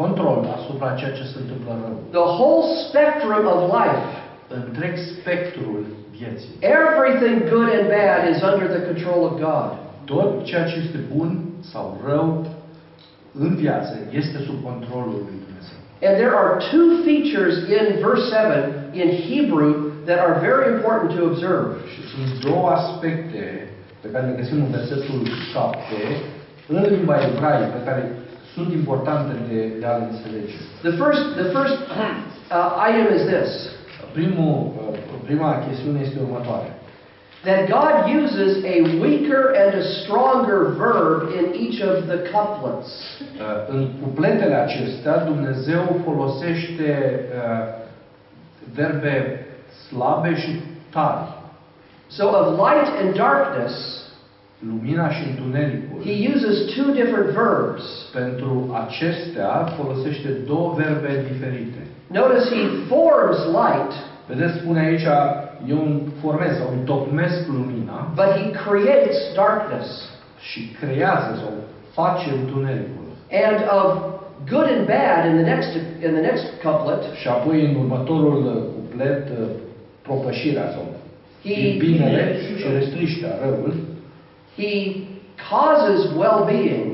B: control asupra ceea ce se întâmplă rău.
A: The whole spectrum of life,
B: Întreg spectrul vieții.
A: everything good and bad is under the control of God.
B: Tot ceea ce este bun sau rău în viață este sub controlul lui Dumnezeu.
A: And there are two features in verse 7 in Hebrew that are very important to observe.
B: Și sunt două aspecte pe care le găsim în versetul 7, în limba ebraică, care sunt importante de, de a le înțelege.
A: The first, the first uh, item is this
B: Primul, uh, prima chestiune este următoarea.
A: that God uses a weaker and a stronger verb in each of the couplets.
B: Uh, În cupletele acestea, Dumnezeu folosește uh, verbe slabe și tari,
A: So, of light and darkness,
B: lumina și întunericul.
A: he uses two different verbs.
B: Pentru acestea folosește două verbe diferite.
A: Notice he forms light
B: Vedeți, spune aici, eu formez sau întocmesc lumina
A: But he creates darkness.
B: și creează sau face întunericul.
A: And of good and bad in the next in the next couplet,
B: Și apoi în următorul uh, cuplet, uh, propășirea sau din
A: he
B: binele și restriștea răul,
A: he causes well-being,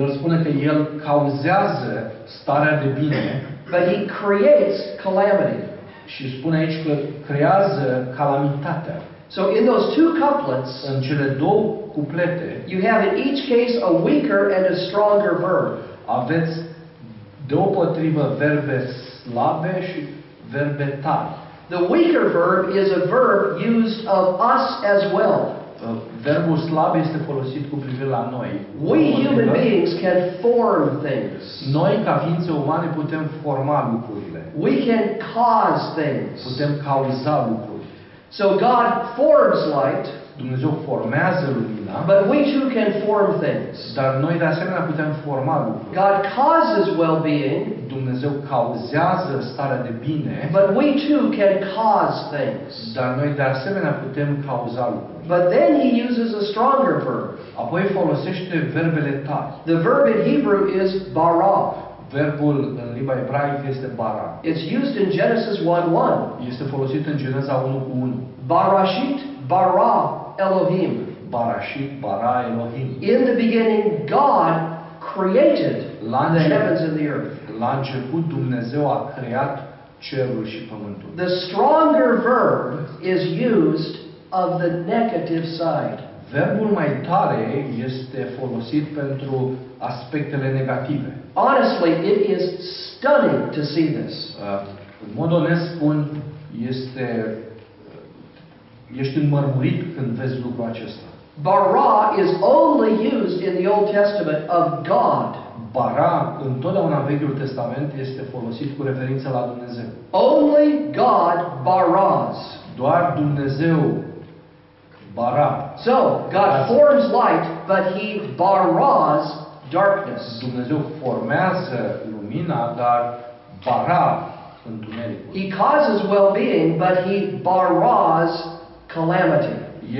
B: el spune că el cauzează starea de bine
A: but he creates calamity.
B: și spune aici că creează calamitatea.
A: So in those two couplets,
B: În cele două cuplete
A: you have in each case a weaker and a stronger verb.
B: aveți deopotrivă verbe slabe și verbe tari.
A: The weaker verb is a verb used of us as well.
B: Uh, Verbul slab este folosit cu privire la noi.
A: We human beings can form things.
B: Noi, ca ființe umane, putem forma lucrurile.
A: We can cause things.
B: Putem cauza lucruri.
A: So God forms light
B: Dumnezeu formează lumina,
A: But we too can form things.
B: dar noi de asemenea putem forma lucruri.
A: God causes well being,
B: Dumnezeu cauzează starea de bine,
A: but we too can cause things.
B: dar noi de asemenea putem cauza lucruri.
A: But then he uses a stronger verb.
B: Apoi folosește verbele tari.
A: The verb in Hebrew is bara.
B: Verbul în limba ebraică este bara.
A: It's used in Genesis 1 1.
B: Este folosit în Geneza 1 cu 1.
A: Barashit bara Elohim.
B: Barașit, bara, Elohim.
A: In the beginning, God created
B: La
A: the
B: început,
A: heavens and the earth.
B: la început Dumnezeu a creat cerul și pământul.
A: The stronger verb is used of the negative side.
B: Verbul mai tare este folosit pentru aspectele negative.
A: Honestly, it is stunning to see this.
B: Uh, În mod onest spun, este, uh, ești înmărmurit când vezi lucrul acesta.
A: Bara is only used in the Old Testament of God.
B: Bara, întotdeauna în Vechiul Testament, este folosit cu referință la Dumnezeu.
A: Only God baras.
B: Doar Dumnezeu, bara,
A: So, God forms light, but he baras darkness.
B: Dumnezeu formează lumina, dar bara întunericul.
A: He causes well being, but he baras calamity.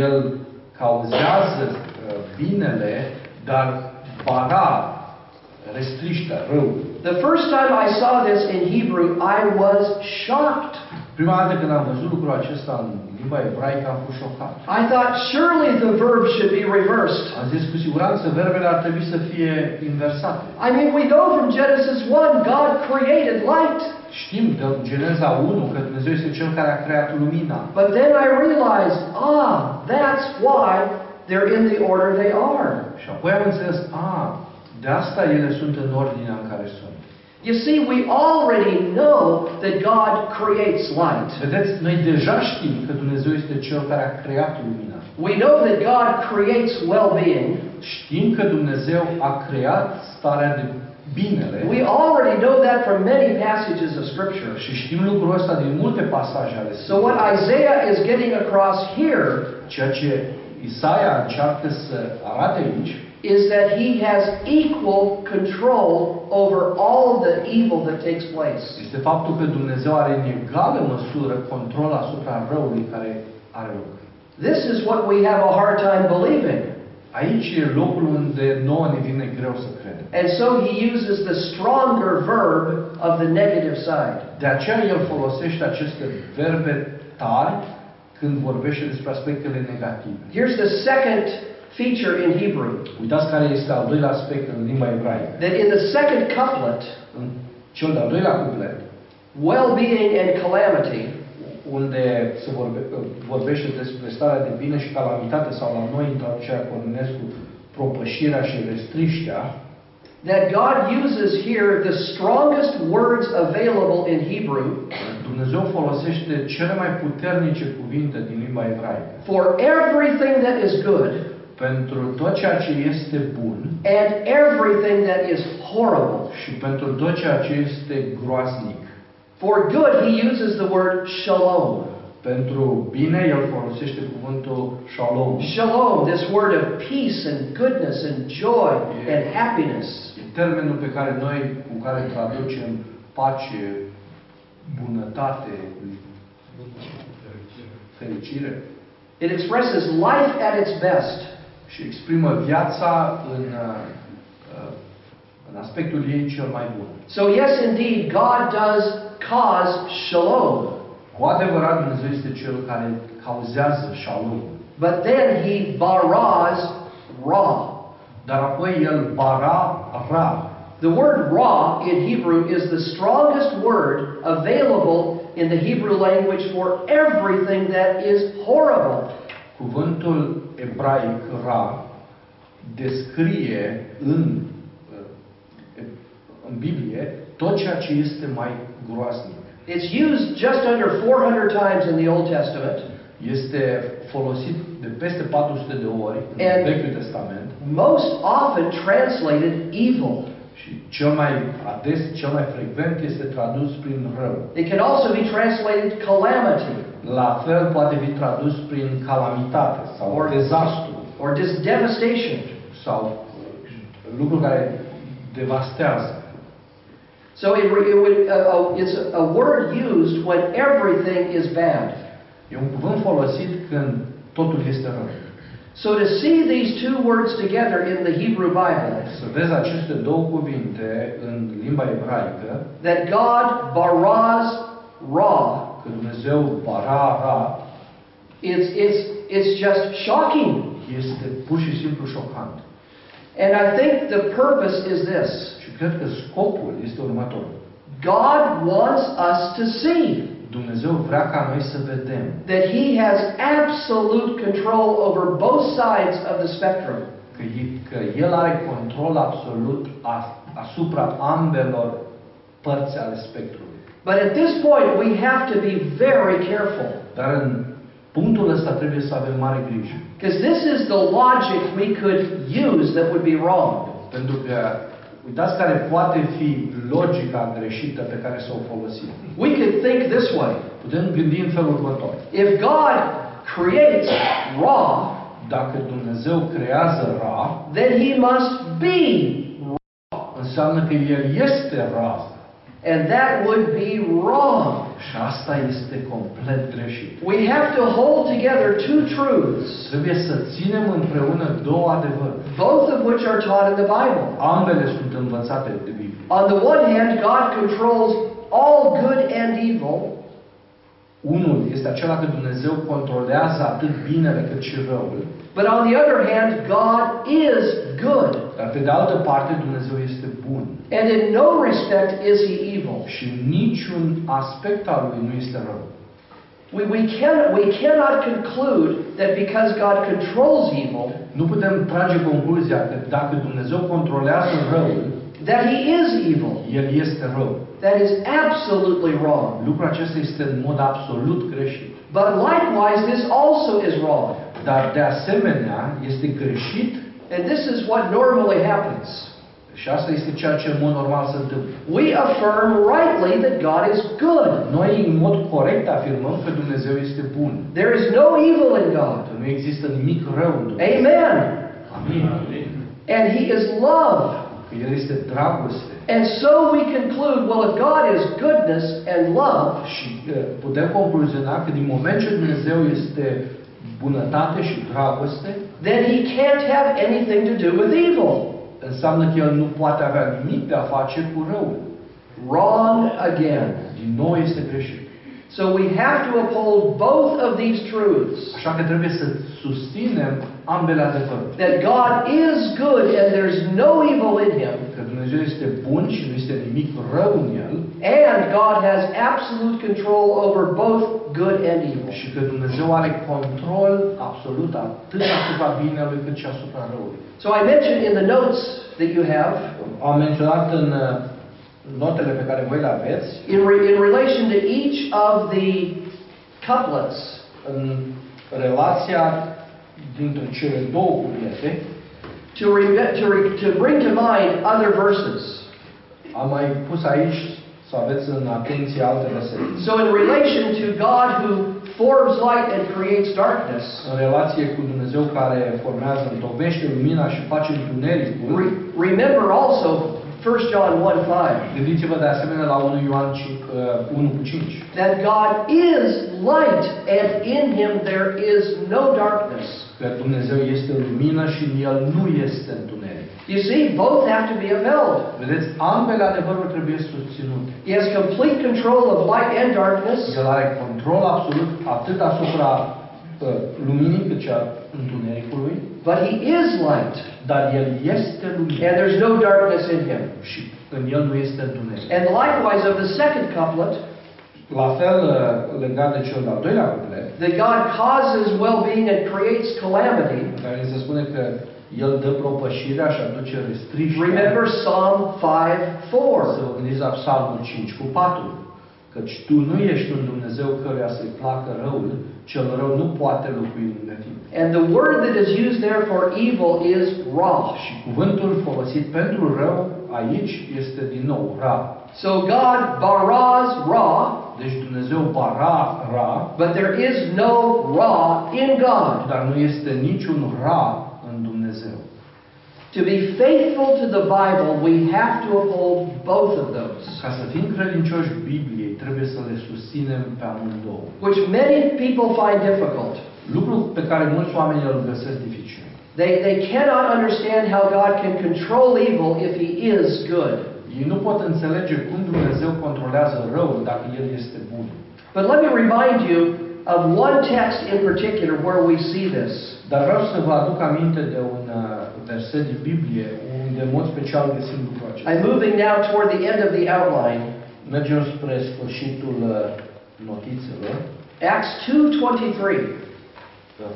B: El cauzează uh, binele, dar bara restriște răul.
A: The first time I saw this in Hebrew, I was shocked.
B: Prima dată când am văzut lucrul acesta în limba ebraică, am fost șocat.
A: I thought surely the verb should be reversed.
B: Am zis cu siguranță verbele ar trebui să fie inversate.
A: I mean, we know from Genesis 1, God created light.
B: Știm că în Geneza 1 că Dumnezeu este Cel care a creat lumina.
A: But then I realized, ah, that's why they're in the order they are.
B: Și apoi am înțeles, a, de asta ele sunt în ordinea în care sunt.
A: You see, we already know that God creates light.
B: Vedeți, noi deja știm că Dumnezeu este Cel care a creat lumina.
A: We know that God creates well being.
B: Știm că Dumnezeu a creat starea de binele
A: We already know that from many passages of Scripture.
B: și știm lucrul ăsta din multe pasaje ale
A: So, what
B: Scripturii.
A: Isaiah is getting across here
B: Ceea ce Isaia încearcă să arate aici
A: is that he has equal control over all the evil that takes place.
B: este faptul că Dumnezeu are în egală măsură control asupra răului care are loc.
A: This is what we have a hard time believing.
B: Aici e locul unde nouă ne vine greu să credem.
A: And so he uses the stronger verb of the negative side.
B: De aceea el folosește aceste verbe tari când vorbește despre aspectele negative.
A: Here's the second feature in Hebrew
B: Uitați care este al doilea aspect în limba ebraică.
A: that in the second couplet,
B: În cel de-al doilea cuplet,
A: well being and calamity,
B: unde se vorbe, vorbește despre starea de bine și calamitate, sau la noi, în traducerea Cornilescu, propășirea și restriștea,
A: that God uses here the strongest words available in Hebrew
B: Dumnezeu folosește cele mai puternice cuvinte din limba ebraică
A: for everything that is good
B: pentru tot ceea ce este bun
A: and everything that is horrible.
B: și pentru tot ceea ce este groaznic.
A: For good, he uses the word shalom.
B: Pentru bine, el folosește cuvântul shalom.
A: Shalom, this word of peace and goodness and joy and happiness.
B: E termenul pe care noi, cu care traducem pace, bunătate, fericire
A: It expresses life at its best.
B: și exprimă viața în, uh, în aspectul ei cel mai bun.
A: So, yes, indeed, God does cause shalom,
B: Cu adevărat, Dumnezeu este Cel care cauzează shalom.
A: but then he baraz ra.
B: Dar apoi El bara ra.
A: The word ra in Hebrew is the strongest word available in the Hebrew language for everything that is horrible.
B: Cuvântul ebraic ra descrie în, uh, în Biblie tot ceea ce este mai groaznic.
A: It's used just under 400 times in the Old Testament.
B: Este folosit de peste 400 de ori în
A: And-
B: Vechiul Testament
A: most often translated evil.
B: și cel mai ades, cel mai frecvent este tradus prin rău.
A: It can also be translated calamity.
B: La fel poate fi tradus prin calamitate sau
A: Or-
B: dezastru
A: or just devastation.
B: sau lucru care devastează.
A: So it, re- it would, uh, uh, it's a word used when everything is bad.
B: E un cuvânt folosit când totul este rău.
A: So to see these two words together in the Hebrew Bible,
B: Să vezi aceste două cuvinte în limba ebraică,
A: that God baraz ra,
B: că Dumnezeu bara ra,
A: it's, it's, it's just shocking.
B: este pur și simplu șocant.
A: And I think the purpose is this
B: Și cred că scopul este următorul.
A: God wants us to see
B: Dumnezeu vrea ca noi să vedem
A: that He has absolute control over both sides of the spectrum.
B: că, e- că El are control absolut a- asupra ambelor părți ale spectrului.
A: But at this point, we have to be very careful
B: Dar în punctul ăsta trebuie să avem mare grijă.
A: because this is the logic we could use that would be wrong.
B: Pentru că uitați care poate fi logica greșită pe care să o folosim.
A: We could think this way
B: Putem gândi în felul următor.
A: if God creates Ra,
B: Dacă Dumnezeu creează ra,
A: then He must be,
B: înseamnă că El este ra.
A: and that would be wrong.
B: Și asta este complet greșit.
A: We have to hold together two truths,
B: Trebuie să ținem împreună două adevăruri.
A: both of which are taught in the Bible.
B: Ambele sunt învățate de Biblie.
A: On the one hand, God controls all good and evil,
B: Unul este acela că Dumnezeu controlează atât binele cât și răul,
A: but on the other hand, God is good.
B: dar pe de altă parte Dumnezeu este bun.
A: And in no respect is he evil.
B: Și niciun aspect al lui nu este rău.
A: We, we, can, we cannot conclude that because God controls evil,
B: Nu putem trage concluzia că dacă Dumnezeu controlează răul,
A: that he is evil.
B: El este rău.
A: That is absolutely wrong.
B: Lucrul acesta este în mod absolut greșit.
A: But likewise, this also is wrong.
B: Dar de asemenea este greșit
A: And this is what normally happens.
B: și asta este ceea ce în mod normal se întâmplă.
A: We affirm rightly that God is good.
B: Noi în mod corect afirmăm că Dumnezeu este bun,
A: There is no evil in God.
B: că nu există nimic rău în Dumnezeu.
A: Amen.
B: Amin.
A: And he is love.
B: Că El este dragoste.
A: And so we conclude well, if God is goodness and love,
B: Și uh, putem concluziona că din moment ce Dumnezeu este bunătate și dragoste,
A: then he can't have anything to do with evil.
B: înseamnă că el nu poate avea nimic de a face cu răul.
A: Wrong again.
B: Din nou este greșit.
A: So we have to uphold both of these truths
B: Așa că trebuie să susținem ambele adevăruri.
A: that God is good and there's no evil in him,
B: Că Dumnezeu este bun și nu este nimic rău în el
A: and God has absolute control over both good and evil.
B: și că Dumnezeu are control absolut atât asupra binelui cât și asupra răului.
A: So I mentioned in the notes that you have,
B: Am menționat în uh, notele pe care voi le aveți,
A: in, re- in relation to each of the couplets,
B: în relația dintre cele două cuvinte,
A: to, re- to, re- to bring to mind other verses.
B: am mai pus aici să aveți în atenție alte versete.
A: So in relation to God who forms light and creates darkness,
B: în relație cu Dumnezeu care formează, întocmește lumina și face întunericul.
A: Re- Remember also 1 John 1 5
B: Gândiți-vă de asemenea la 1 Ioan 5, uh, 1 cu 5.
A: that God is light and in him there is no darkness.
B: Că Dumnezeu este lumină și în El nu este întuneric.
A: You see, both have to be upheld.
B: Vedeți, ambele adevăruri trebuie susținute.
A: He has complete control of light and darkness,
B: El are control absolut atât asupra uh, luminii cât și a întunericului,
A: but he is light
B: dar El este
A: and
B: lumină
A: there's no darkness in him.
B: și în El nu este întuneric.
A: And likewise of the second couplet,
B: La fel, uh, legat de cel de-al doilea cuplet,
A: that God causes well-being and creates calamity.
B: care ni se spune că el dă propășirea și aduce restriști.
A: Remember Psalm 5
B: Să
A: 4.
B: vă gândiți la psalmul 5 cu 4. Căci tu nu ești un Dumnezeu căruia să-i placă răul, cel rău nu poate locui lângă tine.
A: And the word that is used there for evil is rosh.
B: Și cuvântul folosit pentru rău aici este din nou ra.
A: So God baraz ra,
B: Deci Dumnezeu bara ra,
A: But there is no Ra in God.
B: dar nu este niciun ra în Dumnezeu.
A: To be faithful to the Bible, we have to uphold both of those,
B: Ca să fim credincioși Bibliei, trebuie să le susținem pe amândouă.
A: which many people find difficult.
B: Lucru pe care mulți oameni îl găsesc dificil.
A: They, they cannot understand how God can control evil if He is good.
B: Ei nu pot înțelege cum Dumnezeu controlează răul dacă El este bun.
A: But let me remind you of one text in particular where we see this.
B: Dar vreau să vă aduc aminte de un uh, verset din Biblie unde în mod special găsim lucrul acesta.
A: I'm moving now toward the end of the outline.
B: Mergem spre sfârșitul uh, notițelor. Uh,
A: Acts 2.23.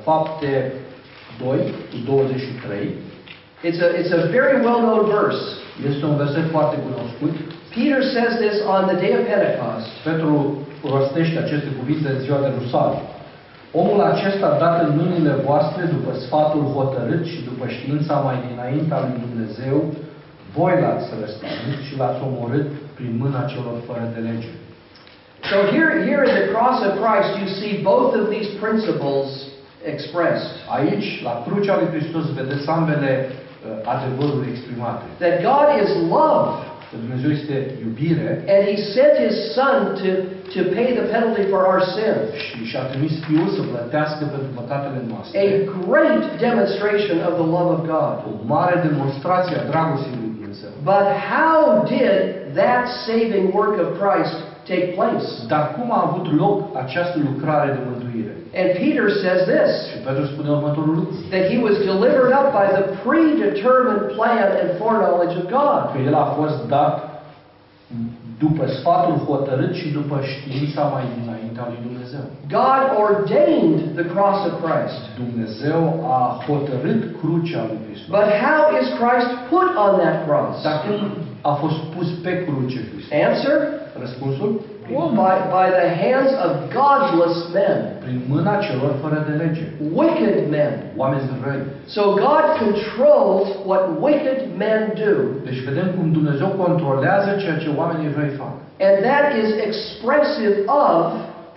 B: Fapte 2 cu 23.
A: It's a, it's a very well-known verse.
B: Este un verset foarte cunoscut.
A: Peter says this on the day of Pentecost.
B: Petru rostește aceste cuvinte în ziua de Rusalii. Omul acesta dat în mâinile voastre după sfatul hotărât și după știința mai dinaintea lui Dumnezeu, voi l-ați răstignit și l-ați omorât prin mâna celor fără de lege.
A: So here, here in the cross of Christ, you see both of these principles expressed.
B: Aici, la crucea lui Hristos, vedeți ambele uh, adevăruri exprimate.
A: That God is love,
B: Că Dumnezeu este iubire
A: and He sent His Son to, to pay the penalty for our sin.
B: și și-a trimis Fiul să plătească pentru păcatele noastre.
A: A great demonstration of the love of God.
B: O mare demonstrație a dragostei lui Dumnezeu.
A: But how did that saving work of Christ take place?
B: Dar cum a avut loc această lucrare de mântuire?
A: And Peter says this
B: Și Petru spune următorul lucru.
A: that He was delivered up by the predetermined plan and foreknowledge of God.
B: Că el a fost dat după sfatul hotărât și după știința mai dinaintea lui Dumnezeu.
A: God ordained the cross of Christ.
B: Dumnezeu a hotărât crucea lui Hristos.
A: But how is Christ put on that cross?
B: Dar când a fost pus pe cruce Hristos?
A: Answer?
B: Răspunsul?
A: By, by the hands of godless men,
B: Prin mâna celor fără de lege.
A: wicked men.
B: Oameni răi.
A: So God controls what wicked men do,
B: Deci vedem cum Dumnezeu controlează ceea ce oamenii răi fac.
A: and that is expressive of,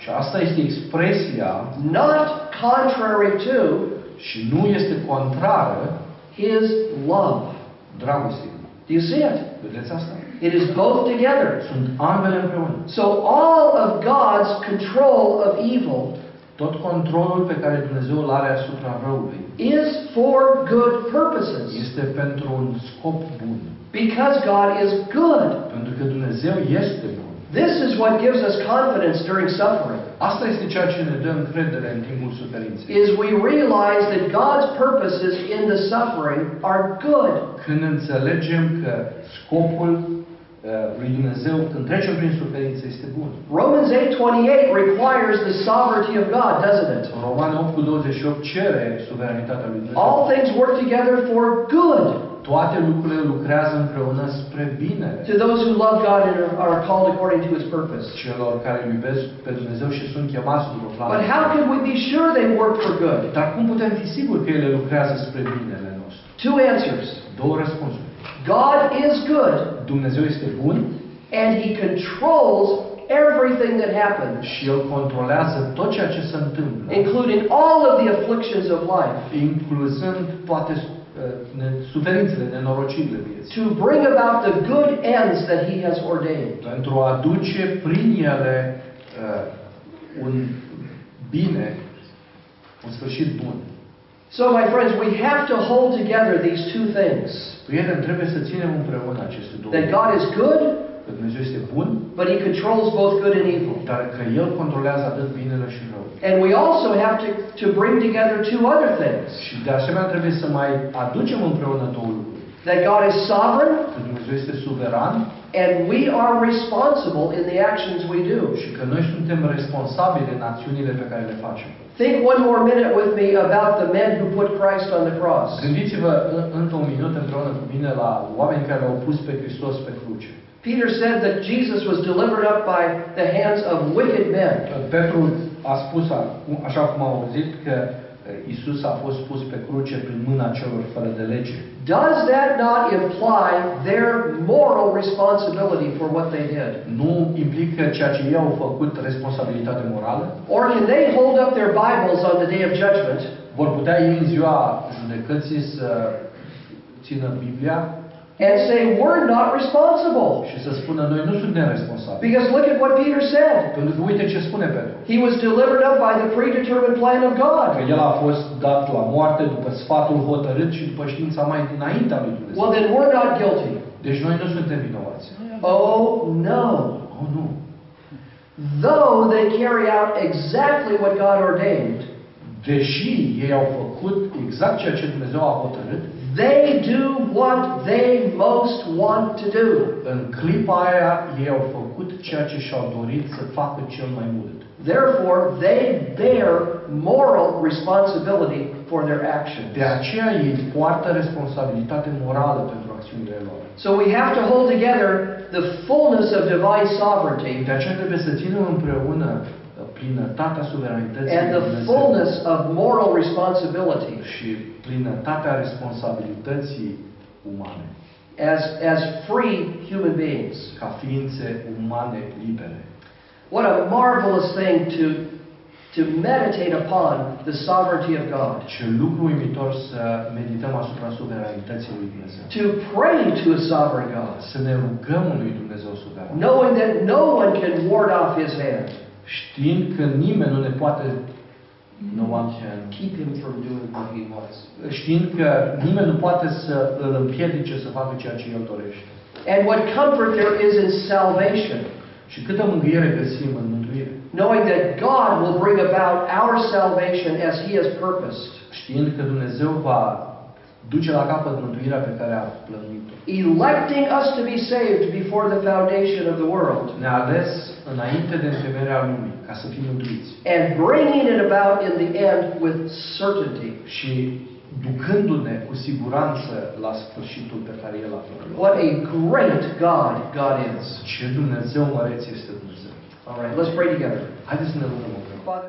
B: Și asta este expresia
A: not contrary to,
B: și nu este contrară
A: His love.
B: dragostei.
A: Do you see it?
B: Vedeți asta?
A: It is both together.
B: Sunt ambele împreună.
A: So all of God's control of evil
B: Tot controlul pe care Dumnezeu îl are asupra răului
A: is for good purposes,
B: este pentru un scop bun.
A: because God is good.
B: Pentru că Dumnezeu este bun.
A: This is what gives us confidence during suffering,
B: Asta este ceea ce ne dă încredere în timpul suferinței.
A: is we realize that God's purposes in the suffering are good.
B: Când înțelegem că scopul uh, lui Dumnezeu, când trecem prin suferință, este bun.
A: Romans 8:28 requires the sovereignty of God, doesn't it?
B: Roman 8 cu 28 cere suveranitatea lui
A: All
B: Dumnezeu.
A: things work together for good
B: Toate lucrurile lucrează împreună spre bine
A: to those who love God and are called according to his purpose.
B: celor care îl iubesc pe Dumnezeu și sunt chemați după
A: But
B: planul.
A: how can we be sure they work for good?
B: Dar cum putem fi siguri că ele lucrează spre binele nostru?
A: Two answers.
B: Două răspunsuri.
A: God is good
B: Dumnezeu este bun
A: and he controls everything that happens,
B: și El controlează tot ceea ce se întâmplă,
A: including all of the afflictions of life.
B: incluzând toate uh, ne- suferințele, nenorocirile vieții,
A: to bring about the good ends that he has ordained.
B: pentru a aduce prin ele uh, un bine, un sfârșit bun.
A: So, my friends, we have to hold together these two things
B: Prieteni, trebuie să ținem împreună aceste două.
A: that God is good,
B: Că Dumnezeu este bun,
A: but he controls both good and evil.
B: dar că El controlează atât binele și răul.
A: And we also have to, to bring together two other things
B: Și de asemenea trebuie să mai aducem împreună două lucruri.
A: that God is sovereign,
B: Că Dumnezeu este suveran
A: and we are responsible in the actions we do.
B: și că noi suntem responsabili în acțiunile pe care le facem.
A: Think one more minute with me about the men who put Christ on the cross.
B: Gândiți-vă în- încă un minut împreună cu mine la oameni care l-au pus pe Hristos pe cruce.
A: Peter said that Jesus was delivered up by the hands of wicked men.
B: Petru a spus, a- așa cum au auzit, că Isus a fost pus pe cruce prin mâna celor fără de lege.
A: Does that not imply their moral responsibility for what they did?
B: Nu implică ceea ce ei au făcut responsabilitate morală?
A: Or can they hold up their Bibles on the day of judgment
B: Vor putea ei în ziua judecății să țină Biblia
A: and say, We're not responsible?
B: și să spună noi nu suntem responsabili.
A: Because look at what Peter said.
B: Pentru că uite ce spune Petru.
A: He was delivered up by the predetermined plan of
B: Că
A: God.
B: el a fost dat la moarte după sfatul hotărât și după știința mai dinaintea lui Dumnezeu.
A: Well, then we're not guilty.
B: Deci noi nu suntem vinovați.
A: Oh, no.
B: Oh, nu.
A: Though they carry out exactly what God ordained,
B: Deși ei au făcut exact ceea ce Dumnezeu a hotărât,
A: they do what they most want to do.
B: în clipa aia ei au făcut ceea ce și-au dorit să facă cel mai mult.
A: Therefore, they bear moral responsibility for their actions.
B: De aceea ei poartă responsabilitate morală pentru acțiunile lor.
A: So we have to hold together the fullness of divine sovereignty
B: De aceea trebuie să ținem împreună uh, plinătatea suveranității
A: and
B: lui
A: the
B: Dumnezeu
A: fullness of moral responsibility
B: și plinătatea responsabilității umane,
A: as, as free human beings.
B: ca ființe umane libere.
A: What a marvelous thing to, to meditate upon the sovereignty of God.
B: Ce lucru uimitor să medităm asupra suveranității lui Dumnezeu.
A: to pray to a sovereign God,
B: Să ne rugăm lui Dumnezeu suveran.
A: knowing that no one can ward off his hand,
B: știind că nimeni nu ne poate no one can,
A: keep him from doing what he wants.
B: știind că nimeni nu poate să îl împiedice să facă ceea ce el dorește.
A: And what comfort there is in salvation,
B: Și câtă mângâiere găsim în mântuire,
A: knowing that God will bring about our salvation as he has purposed.
B: știind că Dumnezeu va duce la capăt mântuirea pe care a plănuit-o.
A: Electing us to be saved before the foundation of the world,
B: Ne-a ales înainte de întemeierea lumii, ca să fim mântuiți.
A: and bringing it about in the end with certainty.
B: Și ducându-ne cu siguranță la sfârșitul pe care El a plănuit.
A: What a great God God is.
B: Ce Dumnezeu măreț este Dumnezeu.
A: All right, let's pray together.
B: Haideți să ne rugăm împreună.
A: Father,